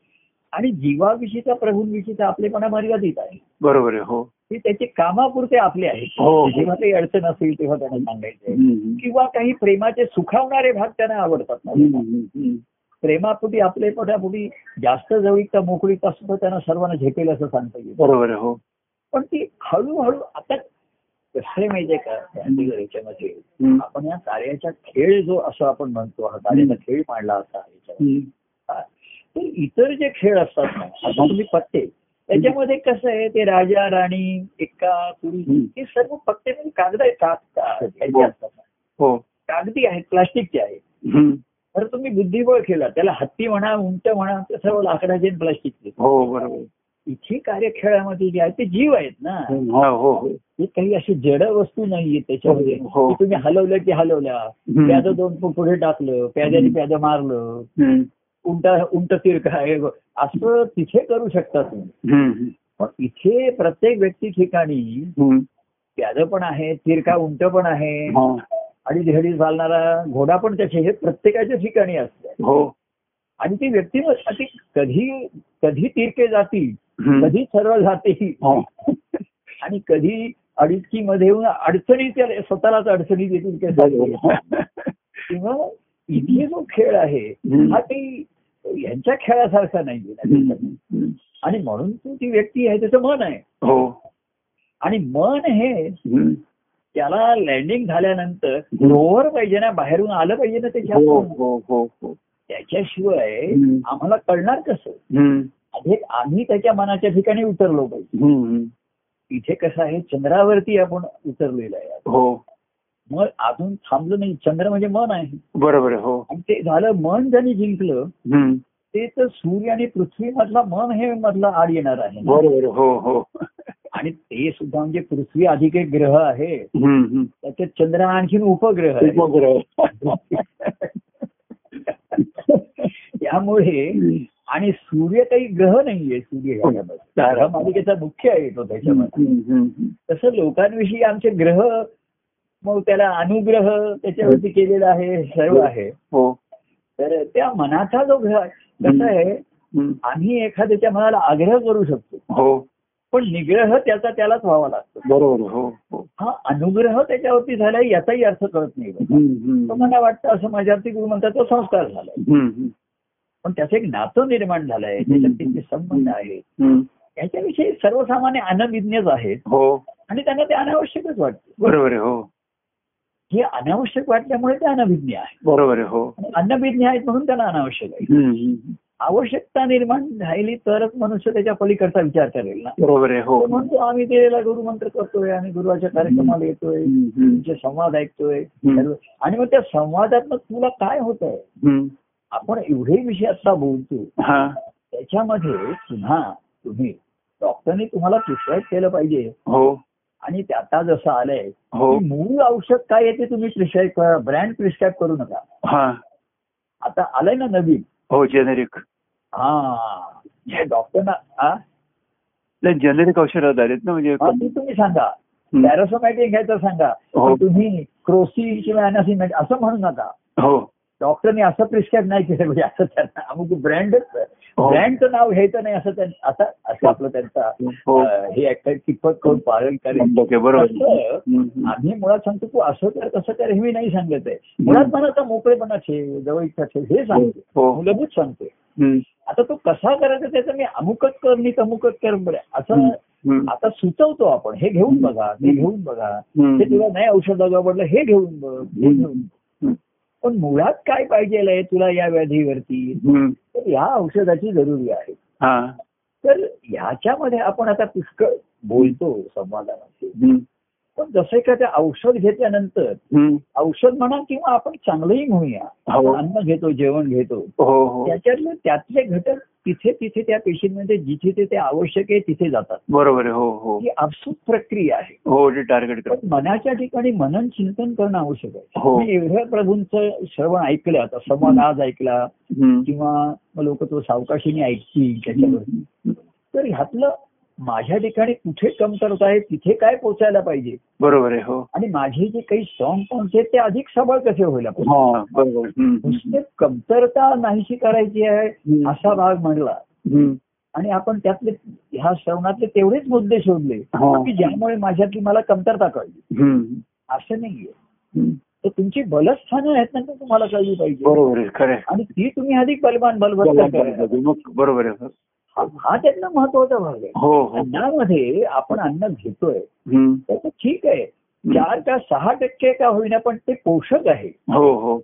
B: आणि जीवाविषयीचा प्रभूंविषयीचा आपलेपणा मर्यादित आहे
A: बरोबर आहे हो
B: ते त्याचे कामापुरते आपले आहेत
A: हो.
B: जेव्हा काही अडचण असेल तेव्हा त्यांना सांगायचं आहे.
A: हम्म.
B: किंवा काही प्रेमाचे सुखावणारे भाग त्यांना आवडतात ना
A: हम्म. हम्म.
B: प्रेमापुटी आपले पटापुटी जास्त जवळीकता मोकळीकता सुद्धा त्यांना सर्वांना झेपेल असं सांगता येईल
A: बरोबर आहे हो
B: पण ती हळूहळू आता कसं माहितीये का त्यांच्या याच्यामध्ये
A: हम्म.
B: आपण या कार्याचा खेळ जो असं आपण म्हणतो हा कार्याचा खेळ मांडला असा आहे याच्यामध्ये.
A: हम्म.
B: हा. तर इतर जे खेळ असतात ना आता तुम्ही पत्ते त्याच्यामध्ये कसं आहे ते राजा राणी एक्का तुरी
A: हम्म.
B: हे सर्व पत्ते म्हणजे कागद आहे काग का- याचे असतात
A: हो
B: कागदी आहेत प्लास्टिकचे आहेत
A: हम्म.
B: तर तुम्ही बुद्धिबळ खेळला त्याला हत्ती म्हणा उंट म्हणा ते सर्व लाकडाचे आणि प्लास्टिकचे
A: हो बरोबर
B: इथे कार्यखेळामध्ये जे आहे ते जीव आहेत ना
A: हम्म. हा हो हो
B: ते काही अशी जड वस्तू नाहीये त्याच्यामध्ये
A: हो.
B: की तुम्ही हलवलं की हलवल्या
A: हम्म.
B: प्यादं दोन फूट पुढे टाकलं प्याद्याने प्यादं मारलं
A: हम्म.
B: उंटा उंट तिरका आहे. असं तिथे करू शकता तुम्ही
A: हम्म.
B: पण इथे प्रत्येक व्यक्ती ठिकाणी
A: हम्म. हो.
B: प्यादं पण आहे तिरका उंट पण आहे
A: हा.
B: अडीच घडी चालणारा घोडा पण त्याचे हे प्रत्येकाच्या ठिकाणी असतात
A: हो
B: आणि ती व्यक्ती मग ती कधी कधी तिरके जाती
A: हम्म.
B: कधी सरळ जाते
A: हो
B: आणि कधी अडचणी मध्ये येऊन अडचणीत त्या- स्वतःलाच अडचणीत येतील काय सांगू. किंवा इथे जो खेळ आहे
A: हम्म.
B: हा काही यांच्या खेळासारखा नाही
A: हम्म.
B: आणि म्हणून तो ती व्यक्ती आहे त्याचं मन आहे
A: हो
B: आणि मन हे
A: हम्म.
B: त्याला लँडिंग झाल्यानंतर
A: हम्म.
B: रोवर पाहिजे ना बाहेरून आलं पाहिजे ना
A: हो
B: त्याच्या
A: हो हो हो
B: त्याच्याशिवाय
A: हम्म.
B: आम्हाला कळणार कसं
A: हम्म.
B: आधी आम्ही त्याच्या मनाच्या ठिकाणी उतरलो पाहिजे
A: हम्म.
B: इथे कसं आहे चंद्रावरती आपण उतरलेलं आहे
A: हो
B: मग अजून थांबलं नाही चंद्र म्हणजे मन आहे
A: बरोबर आहे, हो
B: आणि ते झालं मन ज्यांनी जिंकलं
A: हम्म.
B: ते तर सूर्य आणि पृथ्वीमधला मन हे मधला आड येणार आहे
A: बरोबर आहे, हो हो
B: आणि ते सुद्धा म्हणजे पृथ्वी अधिक एक ग्रह आहे
A: हम्म. हम्म.
B: त्याच्यात चंद्र हा आणखीन उपग्रह आहे त्यामुळे
A: हम्म.
B: आणि सूर्य काही ग्रह नाहीये सूर्य
A: हो,
B: याच्यामध्ये. ग्रह मालिकेचा मुख्य आहे तो त्याच्यामध्ये
A: हम्म.
B: तसं लोकांविषयी आमचे ग्रह मग त्याला अनुग्रह त्याच्यावरती केलेला आहे सर्व आहे
A: हो
B: तर त्या मनाचा जो ग्रह कसं आहे
A: हम्म.
B: आम्ही एखाद्याच्या मनाला आग्रह करू शकतो
A: हो
B: पण निग्रह त्याचा त्यालाच व्हावा लागतो
A: बरोबर आहे, हो हो
B: हा अनुग्रह त्याच्यावरती झाला याचाही अर्थ कळत नाही बघ.
A: हम्म. हम्म.
B: तर मला वाटतं असं माझ्यावरती गुरु म्हणतात तो संस्कार झालाय
A: हम्म.
B: पण त्याचं एक नातं निर्माण झालंय त्याच्यात जे संबंध आहेत
A: हम्म.
B: याच्याविषयी सर्वसामान्य अनभिज्ञच आहेत
A: हो
B: आणि त्यांना ते अनावश्यकच वाटतं
A: बरोबर आहे, हो
B: हे अनावश्यक वाटल्यामुळे ते अनभिज्ञ आहे
A: बरोबर आहे, हो
B: आणि अनभिज्ञ आहेत म्हणून त्यांना अनावश्यक आहे
A: हम्म. हम्म.
B: आवश्यकता निर्माण झाली तरच मनुष्य त्याच्या पलीकडचा विचार करेल ना
A: बरोबर आहे, हो
B: तो म्हणतो आम्ही दिलेला गुरुमंत्र करतोय आम्ही गुरुवाच्या कार्यक्रमाला येतोय
A: हम्म. हम्म.
B: तुमचे संवाद ऐकतोय सर्व- आणि मग त्या संवादात तुला काय होत आहे
A: हम्म.
B: आपण एवढे विषय आता बोलतो
A: हा
B: त्याच्यामध्ये पुन्हा तुम्ही डॉक्टरने तुम्हाला प्रिस्क्राईब केलं पाहिजे
A: हो
B: आणि ते आता जसं आलंय
A: हो
B: की मूळ औषध काय आहे ते तुम्ही प्रिस्क्राईब करा ब्रँड प्रिस्क्राईब करू नका
A: हा
B: आता आलंय ना नवीन
A: हो जेनेरिक
B: हा हे डॉक्टरना हा
A: नाही जेनेरिक औषधात आलेत ना म्हणजे
B: हा, ते तुम्ही सांगा
A: हम्म.
B: पॅरासोमॅटिक घ्यायचं सांगा
A: हो.
B: पण तुम्ही क्रोसी किंवा अनासिमेट असं म्हणू नका
A: हो
B: डॉक्टरने असं प्रिस्क्राईब नाही केलं म्हणजे असं त्यांना अमुक ब्रँड
A: हो.
B: ब्रँडचं नाव घ्यायचं नाही असं त्यां- आता असं आपलं त्यांचा
A: हो.
B: अं, हे ऍक्टर कितपत करून पालन करेल
A: ओके बरोबर
B: तसं
A: हम्म.
B: आम्ही मुळात सांगतो तू असं कर तसं कर हे मी नाही सांगत आहे मुळात मला आता मोकळेपणा ठेव जवळीकता ठेव हे सांगते
A: हो.
B: मूलभूत सांगते
A: हम्म.
B: आता तो कसा करायचा त्याचं मी अमुकच कर मी तमुकच कर बरं. असं
A: हम्म.
B: आता सुचवतो आपण हे घेऊन बघा ते घेऊन बघा
A: हम्म.
B: ते तुला नाही औषध आवडलं हे घेऊन बघ हे घेऊन बघ.
A: हम्म.
B: पण मुळात काय पाहिजे आहे तुला या व्याधीवरती
A: हम्म.
B: तर या औषधाची जरुरी आहे
A: हा
B: तर याच्यामध्ये आपण आता पुष्कळ बोलतो संवादामध्ये
A: हम्म.
B: पण जसं एखाद्या औषध घेतल्यानंतर
A: हम्म.
B: औषध म्हणा किंवा आपण चांगलंही म्हणूया
A: हो.
B: आपण अन्न घेतो जेवण घेतो
A: हो हो
B: त्याच्यातले त्यातले घटक तिथे तिथे त्या पेशींमध्ये जिथे तिथे आवश्यक आहे तिथे जातात
A: बरोबर आहे, हो हो
B: ही आपसूक प्रक्रिया आहे
A: हो ते टार्गेट कर
B: पण मनाच्या ठिकाणी मनन चिंतन करणं आवश्यक आहे
A: हो.
B: मी एवढ्या प्रभूंचं श्रवण ऐकलं आता संवाद आज ऐकला
A: हम्म.
B: किंवा लोक तो सावकाशीने ऐकतील त्याच्यावर तर ह्यातलं माझ्या ठिकाणी कुठे कमतरता आहे तिथे काय पोचायला पाहिजे
A: बरोबर आहे हो
B: आणि माझे जे काही स्ट्रॉंग पॉईंट आहेत ते अधिक सबळ कसे व्हायला पाहिजे
A: हा बरोबर हम्म.
B: नुसते कमतरता नाहीशी करायची आहे
A: हम्म.
B: असा भाग म्हणला
A: हम्म.
B: आणि आपण त्यातले ह्या श्रवणातले तेवढेच मुद्दे शोधले
A: हा.
B: की ज्यामुळे माझ्यातली मला कमतरता कळली
A: हम्म.
B: असं नाहीये
A: हम्म.
B: तर तुमची बलस्थानं आहेत ना ती तुम्हाला कळली पाहिजे
A: बरोबर आहे खरं आहे.
B: आणि ती तुम्ही अधिक बलवान बलवत्ता करा
A: मग बरोबर आहे
B: हा- हा त्यांना महत्वाचा भाग आहे
A: हो हो
B: अन्नामध्ये आपण अन्न घेतोय
A: हम्म.
B: तर ते ठीक आहे चार का सहा टक्के का होईना पण ते पोषक आहे
A: हो हो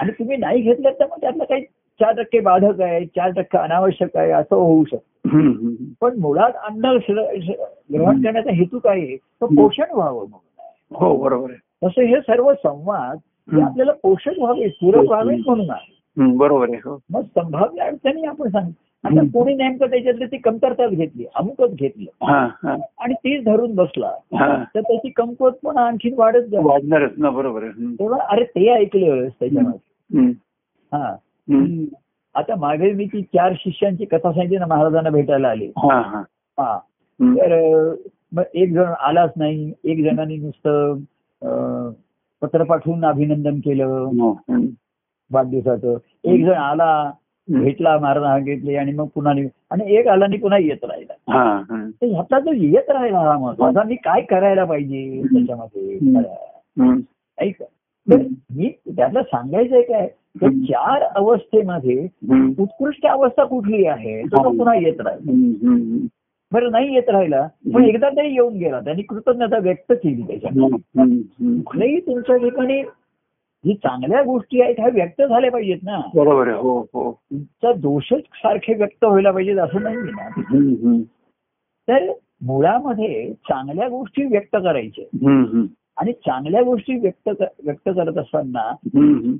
B: आणि तुम्ही नाही घेतलं तर मग त्यातलं काही चार टक्के बाधक आहे चार टक्के अनावश्यक आहे असं होऊ शकतं
A: हम्म. हम्म.
B: पण मुळात अन्न श्र- श्र- ग्रहण करण्याचा हेतू काय आहे तर
A: हम्म.
B: पोषण व्हावं म्हणून
A: हो बरोबर आहे
B: तसं हे सर्व संवाद हे
A: हम्म.
B: आपल्याला पोषण व्हावे पूरक व्हावे म्हणून आहे
A: हम्म. बरोबर आहे हो
B: मग संभाव्य अडचणी आपण सांग आता
A: हम्म.
B: कोणी नेमकं त्याच्यातली ती कमतरताच घेतली अमुकच घेतलं
A: हा हा
B: आणि तीच धरून बसला
A: हा
B: तर त्याची कमकुवतपणा आणखीन वाढत जाईल
A: वाढणारच ना बरोबर आहे हम्म.
B: तेव्हा अरे ते ऐकलं त्याच्यामध्ये
A: हम्म.
B: हा
A: हम्म.
B: आता मागे मी ती चार शिष्यांची कथा सांगितली ना महाराजांना भेटायला आली
A: हा हा
B: हा
A: हम्म.
B: तर अं, मग एक जण आलाच नाही एक जणांनी नुसतं अं, पत्र पाठवून अभिनंदन केलं
A: हो, हम्म.
B: वाढदिवसाचं एक जण आला भेटला मारणा घेतली आणि मग पुन्हा निघ- आणि एक आला आणि पुन्हा येत राहिला
A: हा, हा.
B: तर ह्याचा जो येत राहिला हा महत्वाचा मी काय करायला पाहिजे त्याच्यामध्ये
A: हम्म. हम्म.
B: ऐका तर मी त्याला सांगायचंय काय तर चार अवस्थेमध्ये
A: हम्म.
B: उत्कृष्ट अवस्था कुठली आहे तो तो पुन्हा येत राहिला
A: हम्म. हम्म.
B: बरं नाही येत राहिला पण एकदा तरी येऊन गेला त्यांनी कृतज्ञता व्यक्त केली त्याच्यात
A: हम्म. हम्म.
B: कुठल्याही तुमच्या ठिकाणी ही चांगल्या गोष्टी आहेत ह्या व्यक्त झाल्या पाहिजेत ना
A: बरोबर आहे हो हो
B: तुमचा दोषच सारखे व्यक्त व्हायला पाहिजेत असं नाही ना
A: हम्म. हम्म.
B: तर मुळामध्ये चांगल्या गोष्टी व्यक्त करायच्या
A: हम्म. हम्म.
B: आणि चांगल्या गोष्टी व्यक्त क- व्यक्त करत असताना
A: हम्म.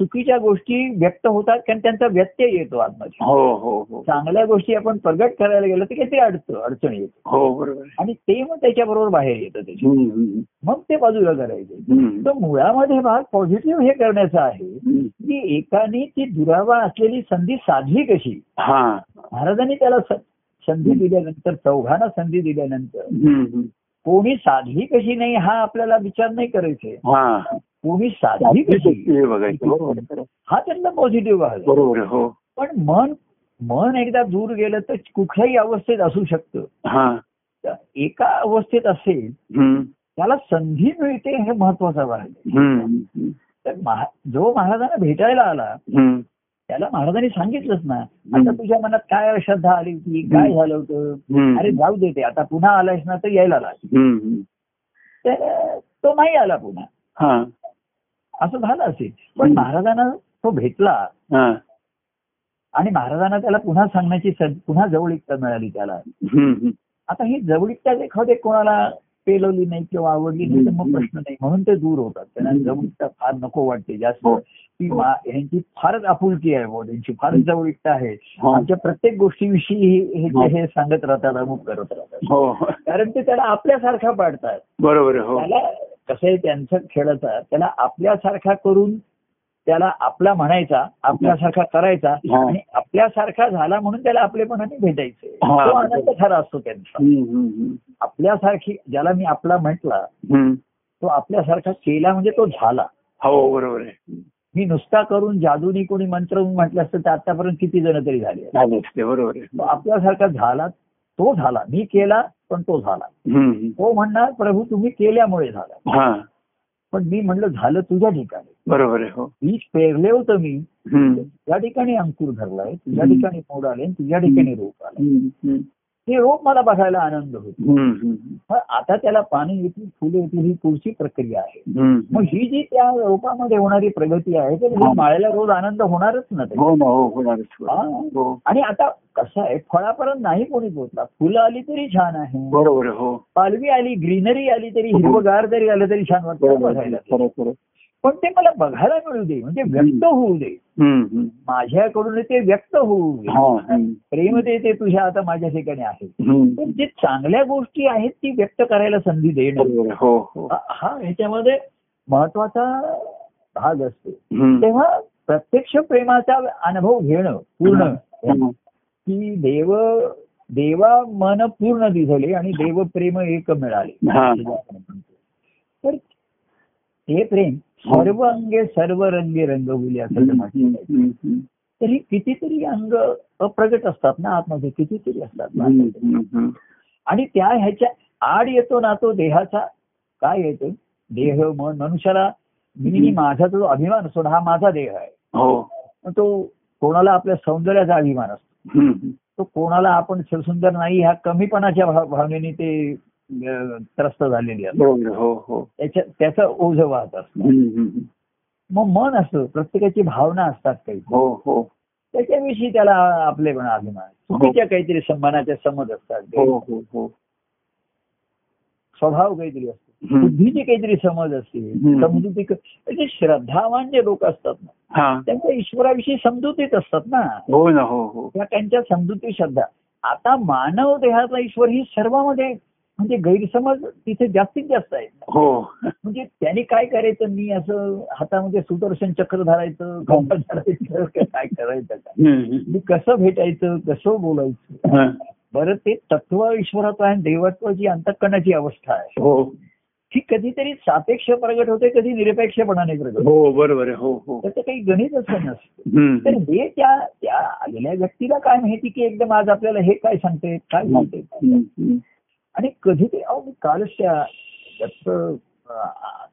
B: चुकीच्या गोष्टी व्यक्त होतात कारण त्यांचा व्यत्यय येतो आतमध्ये
A: हो हो हो
B: चांगल्या गोष्टी आपण प्रगट करायला गेलो तर किती अडचण अडचण येते
A: हो बरोबर आहे.
B: आणि ते मग त्याच्याबरोबर बाहेर येतं त्याच्या
A: हम्म. हम्म.
B: मग ते बाजूला करायचे
A: हम्म.
B: तर मुळामध्ये भाग पॉझिटिव्ह हे करण्याचा आहे
A: हम्म.
B: की एकाने ती दुरावा असलेली संधी साधली कशी
A: हा
B: महाराजांनी त्याला स- संधी दिल्यानंतर चौघांना संधी दिल्यानंतर
A: हम्म. हम्म.
B: कोणी साधली कशी नाही हा आपल्याला विचार नाही करायचे
A: हा
B: कोणी साधली
A: आपली
B: कशी
A: शक्ती आहे बघायची बरोबर आहे.
B: हा त्यांना पॉझिटिव्ह भाग आहे.
A: बरोबर आहे, हो
B: पण मन मन एकदा दूर गेलं तर कुठल्याही अवस्थेत असू शकतं
A: हा
B: तर एका अवस्थेत असेल
A: हम्म.
B: त्याला संधी मिळते हे महत्वाचा भाग आहे.
A: हम्म. हम्म.
B: तर महा- जो महाराजांना भेटायला आला
A: हम्म.
B: त्याला महाराजांनी सांगितलंच ना आता तुझ्या मनात काय श्रद्धा आली होती काय झालं होतं
A: हम्म.
B: अरे जाऊ दे ते आता पुन्हा आलायस ना तर यायला लाग
A: हम्म. हम्म.
B: तर तो नाही आला पुन्हा
A: हा
B: असं झालं असेल पण
A: हम्म.
B: महाराजांना तो भेटला
A: हा
B: आणि महाराजांना त्याला पुन्हा सांगण्याची सं- पुन्हा जवळीकता मिळाली त्याला
A: हम्म. हम्म.
B: आता ही जवळीकता एखादे कोणाला पेलवली नाही किंवा आवडली नाही तर मग प्रश्न नाही म्हणून ते दूर होतात त्यांना
A: हम्म.
B: जवळीकता फार नको वाटते जास्त
A: हो.
B: की मा- ह्यांची फारच आपुलकी आहे बुवा, त्यांची फारच जवळीकता आहे
A: हो.
B: आमच्या प्रत्येक गोष्टीविषयी हे- हे-
A: हो.
B: हे सांगत राहतात अमुक करत राहतात
A: हो
B: कारण ते त्याला आपल्यासारखा पाडतात
A: बरोबर आहे, हो
B: त्याला कसं आहे त्यांचा खेळाचा त्याला आपल्यासारखा करून त्याला आपला म्हणायचा आपल्यासारखा करायचा
A: हा.
B: आणि आपल्यासारखा झाला म्हणून त्याला आपलेपणाने भेटायचे
A: हा.
B: तो आनंद खरा असतो त्यांचा
A: हम्म. हम्म.
B: आपल्यासारखी ज्याला मी आपला म्हटला
A: हम्म.
B: तो आपल्यासारखा केला म्हणजे तो झाला
A: हो बरोबर आहे
B: मी नुसता करून जादूनी कोणी मंत्र म्हटलं असतं तर आतापर्यंत किती जण तरी झाले असते.
A: झाले असते बरोबर आहे
B: तो आपल्यासारखा झाला तो झाला मी केला पण तो झाला
A: हम्म. हम्म.
B: तो म्हणणार प्रभू तुम्ही केल्यामुळे झाला
A: हा
B: पण मी म्हणलं झालं तुझ्या ठिकाणी
A: बरोबर आहे हो
B: बीज पेरले होतं मी
A: हम्म.
B: तुझ्या ठिकाणी अंकुर धरलाय तुझ्या
A: हम्म.
B: ठिकाणी मोड आले आणि तुझ्या ठिकाणी रोप आला
A: हम्म. हम्म.
B: ते रोप मला बघायला आनंद होतो
A: हम्म. हम्म.
B: पण आता त्याला पाणी येतील फुले येतील ही पुढची प्रक्रिया आहे
A: हम्म.
B: मग ही जी त्या रोपामध्ये होणारी प्रगती आहे तर
A: हा.
B: माळ्याला रोज आनंद होणारच ना ते
A: हो ना हो होणारच
B: हा.
A: हो
B: आणि आता कसं आहे फळापर्यंत नाही कोणी पोहोचला फुलं आली तरी छान आहे
A: बरोबर आहे, हो
B: पालवी आली ग्रीनरी आली तरी हिरवगार जरी आलं तरी छान वाटतं
A: बरोबर आहे,
B: बघायला
A: खरं खरं
B: पण ते मला बघायला मिळू दे म्हणजे व्यक्त होऊ दे
A: हम्म. हम्म.
B: माझ्याकडून ते व्यक्त होऊ दे
A: हा, हो, हम्म.
B: प्रेम ते ते तुझ्या आता माझ्या ठिकाणी आहे
A: हम्म.
B: पण जे चांगल्या गोष्टी आहेत ती व्यक्त करायला संधी देणं
A: बरोबर आहे, हो हो
B: हा- हा ह्याच्यामध्ये महत्वाचा भाग असतो
A: हम्म.
B: तेव्हा प्रत्यक्ष प्रेमाचा अनुभव घेणं पूर्ण
A: हम्म.
B: की देव देवा मन पूर्ण दिसले आणि देव प्रेम एक
A: हा.
B: मिळाले तर हे प्रेम सर्व अंगे सर्व रंगे रंगवली असं ते म्हटलेलं आहे.
A: हम्म. हम्म.
B: तरी कितीतरी अंग अप्रगट असतात ना आतमध्ये कितीतरी असतात ना
A: हम्म. हम्म. हम्म.
B: आणि त्या ह्याच्या आड येतो ना तो देहाचा काय येतो देह मन मनुष्याला मी माझा जो अभिमान असतो ना हा माझा देह आहे
A: हो
B: पण तो कोणाला आपल्या सौंदर्याचा अभिमान असतो
A: हम्म.
B: तो कोणाला आपण सुंदर नाही ह्या कमीपणाच्या भाव- भावनेने ते अं, त्रस्त झालेली असतात
A: बरोबर आहे, हो हो
B: त्याच्या त्याचं ओझ वाहत असतं
A: हम्म. हम्म.
B: मग मन असतं प्रत्येकाची भावना असतात काही
A: हो हो
B: त्याच्याविषयी त्याला आपले पण अभिमान आहे. चुकीच्या काहीतरी सन्मानाच्या समज असतात
A: हो हो हो
B: स्वभाव काहीतरी असतो
A: हम्म.
B: बुद्धीची काहीतरी समज असते
A: हम्म.
B: समजुती क- म्हणजे श्रद्धावान जे लोक असतात ना
A: हा
B: त्यांच्या ईश्वराविषयी समजुतीत असतात ना
A: हो ना हो हो
B: त्या त्यांच्या समजुती श्रद्धा आता मानव देहाचा ईश्वर ही सर्वांमध्ये म्हणजे गैरसमज तिथे जास्तीत जास्त आहे
A: हो
B: म्हणजे त्याने काय करायचं मी असं हातामध्ये सुदर्शन चक्र धरायचं गंगा धरायचं का काय करायचं का
A: हम्म.
B: मी कसं भेटायचं कसं बोलायचं
A: हा.
B: बरं ते तत्व ईश्वराचं आहे आणि देवत्वाची अंतकरणाची अवस्था आहे
A: हो
B: ही कधीतरी सापेक्ष प्रगट होते कधी निरपेक्षपणाने प्रगट होते.
A: हो बरोबर आहे हो हो
B: त्याचं काही गणित असं नसतं तर
A: हम्म.
B: हे त्या त्या आलेल्या व्यक्तीला काय माहिती की एकदम आज आपल्याला हे काय सांगते काय सांगते
A: हम्म, हम्म.
B: आणि कधीतरी अहो मी कालच त्या दत्त अ, अ,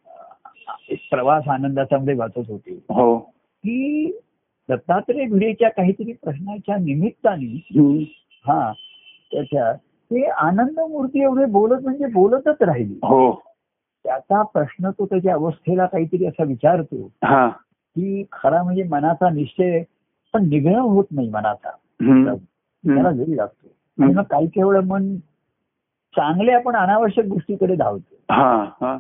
B: अ, एक प्रवास आनंदाचा मध्ये वाचत होते
A: हो
B: की दत्तात्रय भिडेच्या काहीतरी प्रश्नाच्या निमित्ताने
A: हम्म.
B: हा त्याच्या ते आनंद मूर्ती एवढे बोलत म्हणजे बोलतच राहिली
A: हो
B: त्याचा प्रश्न तो त्याच्या अवस्थेला काहीतरी असा विचारतो
A: हा
B: की खरा म्हणजे मनाचा निश्चय पण निग्रह होत नाही मनाचा
A: हम्म.
B: त्याला
A: हम्म.
B: जरी लागतो आणि मग काही केवळ मन चांगल्या पण अनावश्यक गोष्टीकडे धावतो
A: हा हा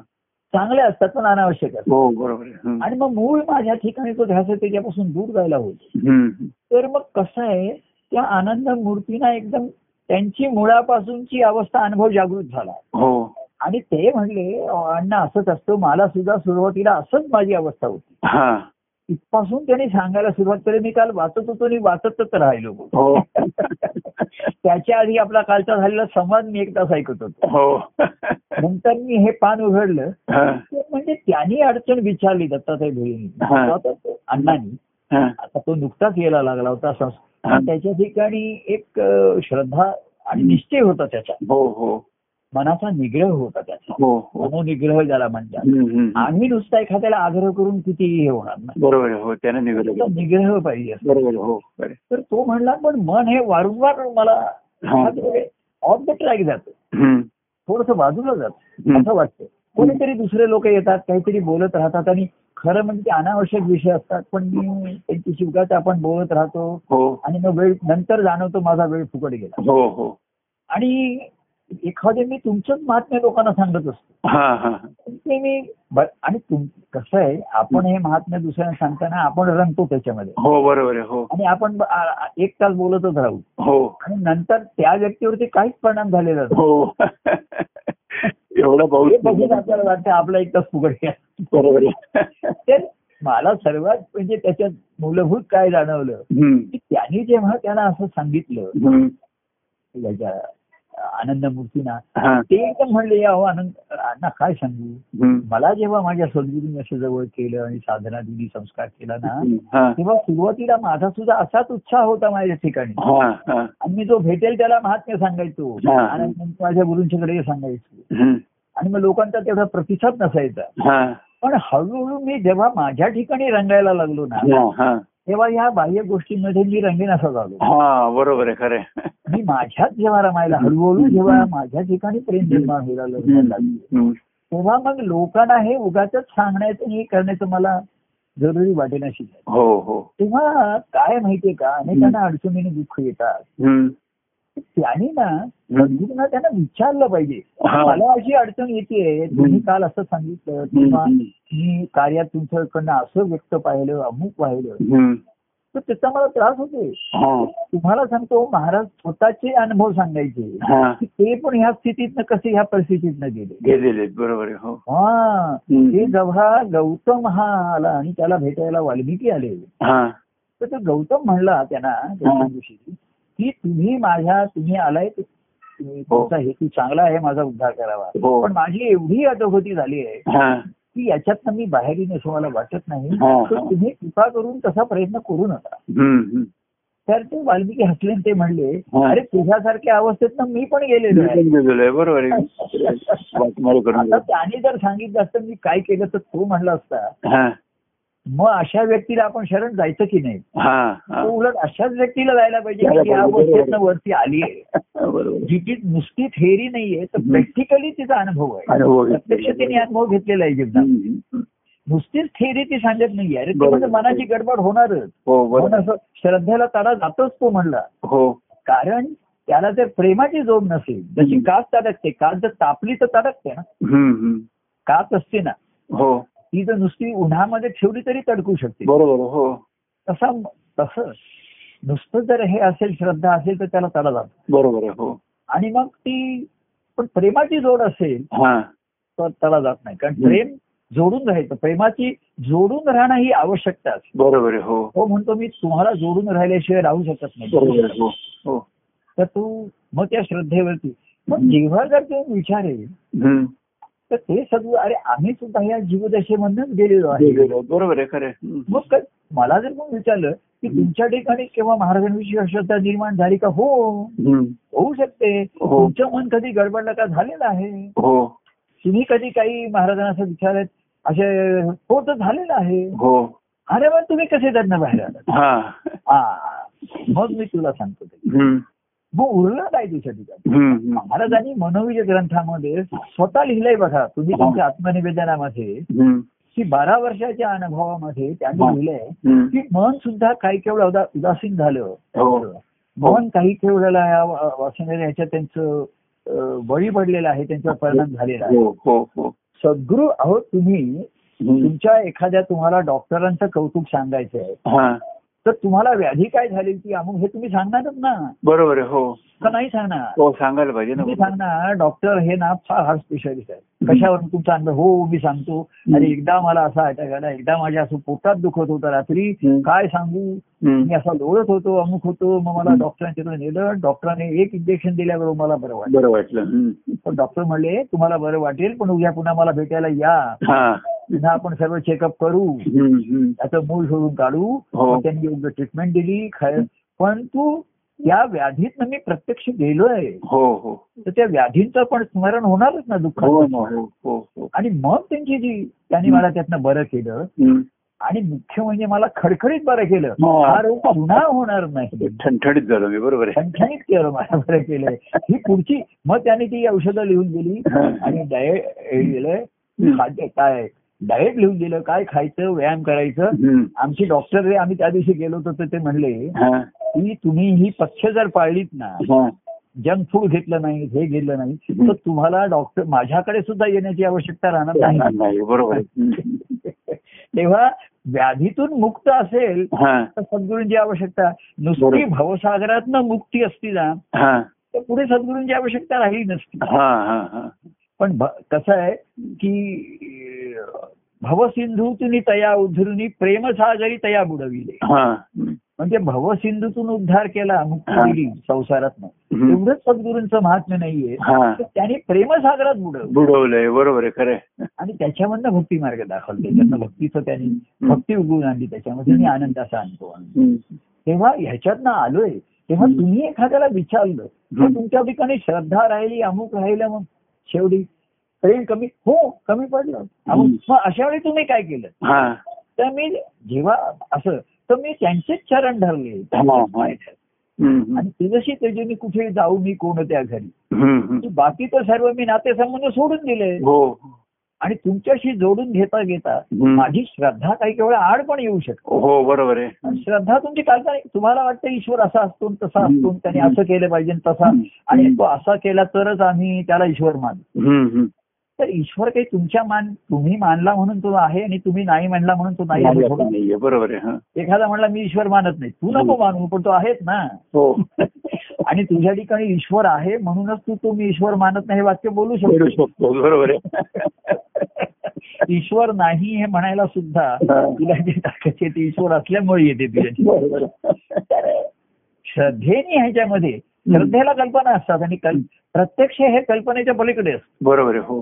B: चांगल्या असतात पण अनावश्यक असतात
A: हो बरोबर आहे हम्म.
B: आणि मग मूळ माझ्या ठिकाणी तो ध्यास आहे, त्याच्यापासून दूर जायला होतो
A: हम्म.
B: तर मग कसं आहे त्या आनंद मूर्तीना एकदम त्यांची मुळापासूनची अवस्था अनुभव जागृत झाला
A: हो
B: आणि ते म्हणले अण्णा असंच असतो मला सुद्धा सुरुवातीला असंच माझी अवस्था होती
A: हा
B: इथपासून त्यांनी सांगायला सुरुवात केली मी काल वाचत होतो आणि वाचतच राहिलो
A: हो
B: त्याच्या आधी आपला कालचा झालेला संवाद मी एक तास ऐकत होतो
A: हो
B: नंतर मी हे पान उघडलं
A: हा
B: ते म्हणजे त्यांनी अडचण विचारली दत्तात्रय भिडेंनी
A: हा.
B: स्वतः अण्णांनी
A: हा
B: आता तो नुकताच यायला लागला होता संस-
A: हा.
B: पण त्याच्या ठिकाणी एक अ, श्रद्धा आणि निश्चय होता त्याचा
A: हो हो
B: मनाचा निग्रह होता त्याचा
A: हो हो
B: मनोनिग्रह ज्याला म्हणतात
A: हम्म, हम्म.
B: आम्ही नुसता एखाद्याला आग्रह करून किती हे होणार नाही
A: बरोबर आहे हो त्याने निघालं
B: त्याचा निग्रह पाहिजे असतो.
A: बरोबर आहे, हो बरं.
B: तर तो म्हणला पण मन हे वारंवार
A: हा.
B: मला ऑफ द ट्रॅक जातं
A: हम्म.
B: थोडस बाजूला जातं
A: हम्म.
B: असं वाटतं कोणीतरी दुसरे लोक येतात काहीतरी बोलत राहतात आणि खरं म्हणजे ते अनावश्यक विषय असतात पण मी त्यांची शिवगाच आपण बोलत राहतो
A: हो
B: आणि मग वेळ नंतर जाणवतो माझा वेळ फुकट गेला
A: हो हो
B: आणि एखादे मी तुमचंच महात्म्य लोकांना सांगत असतो
A: हा हा हा.
B: ते मी ब- आणि तुम कसं आहे आपण हे महात्म्य दुसऱ्यांना सांगताना आपण रंगतो त्याच्यामध्ये
A: हो बरोबर आहे हो
B: आणि आपण ब- आ- आ- एक तास बोलतच राहू
A: हो
B: आणि नंतर त्या व्यक्तीवरती काहीच परिणाम झालेला नाही.
A: हो एवढा
B: हे
A: पाऊस
B: बघून आपल्याला वाटतं आपला एक तास फुकट गेला
A: बरोबर आहे
B: तर मला सर्वात म्हणजे त्याच्यात मूलभूत काय जाणवलं
A: हम्म.
B: की त्यांनी जेव्हा त्याला असं सांगितलं
A: हम्म.
B: याच्या आनंद मूर्तीना
A: हा.
B: ते एकदम म्हणले अहो आनंद अण्णा काय सांगू
A: हम्म.
B: मला जेव्हा माझ्या सद्गुरूंनी असं जवळ केलं आणि साधना दिली संस्कार केला ना
A: हा.
B: तेव्हा सुरुवातीला माझा सुद्धा असाच उत्साह होता माझ्या ठिकाणी
A: हा, हा.
B: आणि मी जो भेटेल त्याला महात्म्य सांगायचो
A: हा.
B: आणि मग माझ्या गुरूंच्याकडे सांगायचो
A: हम्म.
B: आणि मग लोकांचा तेवढा प्रतिसाद नसायचा
A: हा.
B: पण हळूहळू मी जेव्हा माझ्या ठिकाणी रंगायला लागलो ना
A: हा, हा.
B: तेव्हा ह्या बाह्य गोष्टींमध्ये मी रंगीन असा झालो
A: हा, बरोबर आहे खरे
B: मी माझ्यात जेव्हा रमायला हळूहळू जेव्हा माझ्या ठिकाणी प्रेम निर्माण व्हायला लागलं तेव्हा मग लोकांना हे उगाच सांगण्याचं आणि हे करण्याचं मला जरुरी वाटेना शिकायचं
A: हो हो
B: तेव्हा काय माहितीये का अनेकांना अडचणीने दुःख येतात
A: हम्म.
B: त्याने ना
A: हम्म.
B: गुरुना त्यांना विचारलं पाहिजे
A: हा.
B: मला अशी अडचण येते तुम्ही काल असं सांगितलं किंवा
A: हम्म.
B: मी कार्यात तुमच्याकडनं असं व्यक्त पाहिलं अमुक पाहिलं
A: हम्म.
B: तर त्याचा मला त्रास होतो
A: हा.
B: तुम्हाला सांगतो महाराज स्वतःचे अनुभव सांगायचे
A: हा.
B: की ते पण ह्या स्थितीतनं कसे ह्या परिस्थितीतनं गेले
A: गेलेले बरोबर आहे हो
B: हा
A: हम्म.
B: ते जेव्हा गौतम हा आला आणि त्याला भेटायला वाल्मिकी आले
A: हा
B: तर तो गौतम म्हणला त्यांना गौतम ऋषी की तुम्ही माझ्या तुम्ही आलाय तु- तुम्ही- तुमचा हेतू चांगला आहे माझा उद्धार करावा
A: हो.
B: पण माझी एवढी अधोगती झाली आहे
A: हा
B: की याच्यातनं मी बाहेर येईन असं मला वाटत नाही
A: हा, हा.
B: तर तुम्ही कृपा करून तसा प्रयत्न करू नका
A: हम्म. हम्म.
B: तर ते वाल्मिकी हसले आणि ते म्हणले
A: हा.
B: अरे तुझ्यासारख्या अवस्थेतनं मी पण गेलेलो आहे
A: निघून गेलेलो आहे, बरोबर आहे वाचमाळ करून
B: आता त्याने जर सांगितलं असतं मी काय केलं तर तो म्हणला असता
A: हा
B: मग अशा व्यक्तीला आपण शरण जायचं की नाही
A: हा हा
B: तो उलट अशाच व्यक्तीला जायला पाहिजे की
A: जायला
B: ती या
A: पाहिजे, बरोबर.
B: अवस्थेतनं वरती आली आहे
A: बरोबर
B: जी ती नुसती थेरी नाहीये तर
A: हम्म.
B: प्रॅक्टिकली तिचा अनुभव आहे
A: अनुभव घेतलेला आहे.
B: प्रत्यक्ष तिने अनुभव घेतलेला आहे जीवनात
A: हम्म.
B: नुसतीच थेरी ती सांगत नाहीये अरे
A: बरोबर.
B: त्यामध्ये मनाची गडबड होणारच
A: हो
B: म्हणून
A: बरोबर
B: असं श्रद्धेला तडा जातोच तो म्हणला
A: हो
B: कारण त्याला जर प्रेमाची जोड नसेल जशी
A: हम्म.
B: काच तडकते काच जर तापली तर तडकते ना
A: हम्म, हम्म.
B: काच असते ना
A: हो
B: ती जर नुसती उन्हामध्ये ठेवली तरी तडकू शकते
A: बरोबर हो
B: तसा तसं नुसतं जर हे असेल श्रद्धा असेल तर त्याला तडा जातो
A: बरोबर आहे हो
B: आणि मग ती पण प्रेमाची जोड असेल
A: हा
B: तर त्याला जात नाही कारण
A: हम्म.
B: प्रेम जोडून राहायचं प्रेमाची जोडून राहणं ही आवश्यकता असते
A: बरोबर आहे हो
B: तो म्हणतो मी तुम्हाला जोडून राहिल्याशिवाय राहू शकत
A: बरोबर
B: नाही
A: आहे हो हो
B: तर तू मग त्या श्रद्धेवरती मग
A: हम्म.
B: जेव्हा जर तो विचारेल
A: हम्म.
B: तर ते सद्गुरू अरे आम्ही सुद्धा या जीवदशेमधनच गेलेलो आहे
A: गेलेलो. बरोबर आहे खरं आहे. हम्म.
B: मग काय मला जर कोण विचारलं की
A: हम्म.
B: तुमच्या ठिकाणी केव्हा महाराजांविषयी अश्रद्धा निर्माण झाली का हो
A: हम्म.
B: होऊ शकते
A: हो.
B: तुमचं मन कधी गडबडलं का झालेलं आहे
A: हो
B: तुम्ही कधी काही महाराजांना असं विचारत असे हो तर झालेलं आहे
A: हो
B: अरे मग तुम्ही कसे त्यांना बाहेर आलात
A: हा
B: हा. मग मी तुला सांगतो ते.
A: हम्म.
B: मग उरलं काय तुझ्या ठिकाणी
A: हम्म.
B: महाराजांनी मनोविजय ग्रंथामध्ये स्वतः लिहिलंय बघा
A: हो.
B: तुम्ही तुमच्या आत्मनिवेदनामध्ये
A: हम्म.
B: की बारा वर्षाच्या अनुभवामध्ये त्यांनी
A: हा.
B: लिहिलंय
A: हम्म.
B: की मन सुद्धा काही केवळ उदा- उदासीन झालं
A: हो.
B: मन काही केवळाला या वा- वासनेला ह्याच्या त्यांचं अं, बळी पडलेलं आहे त्यांच्यावर परिणाम झालेला आहे
A: हो हो हो
B: सद्गुरू आहोत तुम्ही
A: हम्म.
B: तुमच्या एखाद्या तुम्हाला डॉक्टरांचं कौतुक सांगायचं आहे
A: हा
B: तर तुम्हाला व्याधी काय झाली ती अमुक हे तुम्ही सांगणारच ना
A: बरोबर आहे हो
B: का नाही सांगणार
A: हो सांगायला पाहिजे ना
B: तुम्ही सांगणार डॉक्टर हे ना फार हार्ट स्पेशालिस्ट आहे कशावर तुमचा अनुभव हो मी सांगतो आणि एकदा मला असा अटॅक आला एकदा माझ्या असं पोटात दुखत होतं रात्री
A: हम्म.
B: काय सांगू मी
A: हम्म.
B: असा लोळत होतो अमुक होतो मग मला
A: हम्म.
B: डॉक्टरांच्याकडे नेलं डॉक्टरांनी एक इंजेक्शन दिल्याबरोबर मला बरं वाटलं
A: बरं वाटलं हम्म.
B: पण डॉक्टर म्हणले तुम्हाला बरं वाटेल पण उद्या पुन्हा मला भेटायला या
A: हा
B: पुन्हा आपण सर्व चेकअप करू
A: हम्म. हम्म.
B: त्याचं मूळ शोधून काढू
A: हो.
B: मग त्यांनी योग्य ट्रीटमेंट दिली खर पण तू या व्याधीतनं मी प्रत्यक्ष गेलोय
A: हो हो
B: तर त्या व्याधींचं पण स्मरण होणारच ना
A: हो
B: दुःखाचं
A: ना, हो हो हो
B: आणि मग त्यांची जी त्यांनी
A: हम्म.
B: मला त्यातनं बरं केलं
A: हम्म.
B: आणि मुख्य म्हणजे मला खडखडीत बरं केलं
A: हो.
B: हा रोग पुन्हा होणार नाही
A: ठणठणीत झालो मी बरोबर आहे
B: ठणठणीत केलं मला बरं केलंय ही पुढची मग त्याने ती औषधं लिहून दिली आणि डाएट हे दिलंय खाद्य काय डाएट लिहून दिलं काय खायचं व्यायाम करायचं
A: हम्म.
B: आमचे डॉक्टर जे आम्ही त्या दिवशी गेलो होतो तर ते म्हणले
A: हा,
B: की तुम्ही ही पथ्य जर पाळलीत ना
A: हा.
B: जंक फूड घेतलं नाही हे घेतलं नाही
A: हम्म.
B: तर तुम्हाला डॉक्टर माझ्याकडे सुद्धा येण्याची आवश्यकता राहणार नाही
A: नाही, बरोबर आहे हम्म.
B: तेव्हा व्याधीतून मुक्त असेल
A: हा
B: तर सद्गुरूंची आवश्यकता नुसती
A: बरोबर.
B: भवसागरातनं मुक्ती असती ना
A: हा
B: तर पुढे सद्गुरूंची आवश्यकता राहिली नसती
A: हा हा हा
B: पण भ- कसं आहे की अं, भवसिंधूतून तया उद्धरुनी प्रेमसागरी तया बुडविले
A: हा हम्म.
B: म्हणजे भवसिंधूतून उद्धार केला मुक्ती
A: हा.
B: दिली संसारात
A: हम्म.
B: एवढंच सद्गुरूंचं महात्म्य नाहीये
A: हा
B: तर त्याने प्रेमसागरात बुडवलं
A: बुडवलंय बरोबर आहे खरं आहे.
B: आणि त्याच्यामधनं भक्ती मार्ग दाखवला त्याच्यातनं भक्तीचं त्यांनी भक्ती उगवून आणली त्याच्यामध्ये आणि आनंद असा आणतो आम्ही.
A: हम्म.
B: तेव्हा ह्याच्यातनं आलोय तेव्हा
A: हम्म.
B: तुम्ही एखाद्याला विचारलं तर तुमच्या ठिकाणी श्रद्धा राहिली अमुक राहिलं मग शेवटी प्रेम कमी हो कमी पडलं अमुक
A: हम्म.
B: मग अशा वेळी तुम्ही काय केलं
A: हा
B: तर मी जेव्हा असं तर मी त्यांचेच चरण धरले
A: हा, हा. हम्म.
B: आणि तुझशी त्याचे मी कुठे जाऊ मी कोण त्या घरी
A: हम्म.
B: की बाकी तर सर्व मी नातेसंबंध सोडून दिले
A: हो
B: आणि तुमच्याशी जोडून घेता घेता
A: हम्म.
B: माझी श्रद्धा काही केवळ आड पण येऊ शकते
A: हो बरोबर आहे
B: आणि श्रद्धा तुमची काल्पनिक तुम्हाला वाटतं ईश्वर असा असतो आणि तसा असतो आणि त्याने
A: हम्म.
B: असं केलं पाहिजे आणि तसा
A: हम्म.
B: आणि तो असा केला तरच आम्ही त्याला ईश्वर मानू
A: हम्म. हम्म.
B: तर ईश्वर काही तुमच्या मान तुम्ही मानला म्हणून तो आहे आणि तुम्ही नाही मानला म्हणून तो नाही आहे.
A: नाही, नाहीये बरोबर आहे हा
B: एखादा म्हणला मी ईश्वर मानत नाही तू नको
A: हम्म.
B: मानू पण तो आहेच ना
A: हो
B: आणि तुझ्या ठिकाणी ईश्वर आहे म्हणूनच तू तो मी ईश्वर मानत नाही हे वाक्य बोलू
A: बोलू
B: शकतो
A: शकतो बरोबर आहे
B: ईश्वर नाही हे म्हणायला सुद्धा
A: हा.
B: तुला जे टाकायचे ते ईश्वर असल्यामुळे येते तुझ्या ठिकाणी.
A: बरोबर आहे.
B: श्रद्धेने ह्याच्यामध्ये श्रद्धेला कल्पना असतात आणि कल- प्रत्यक्ष हे कल्पनेच्या पलीकडे असतं
A: बरोबर आहे हो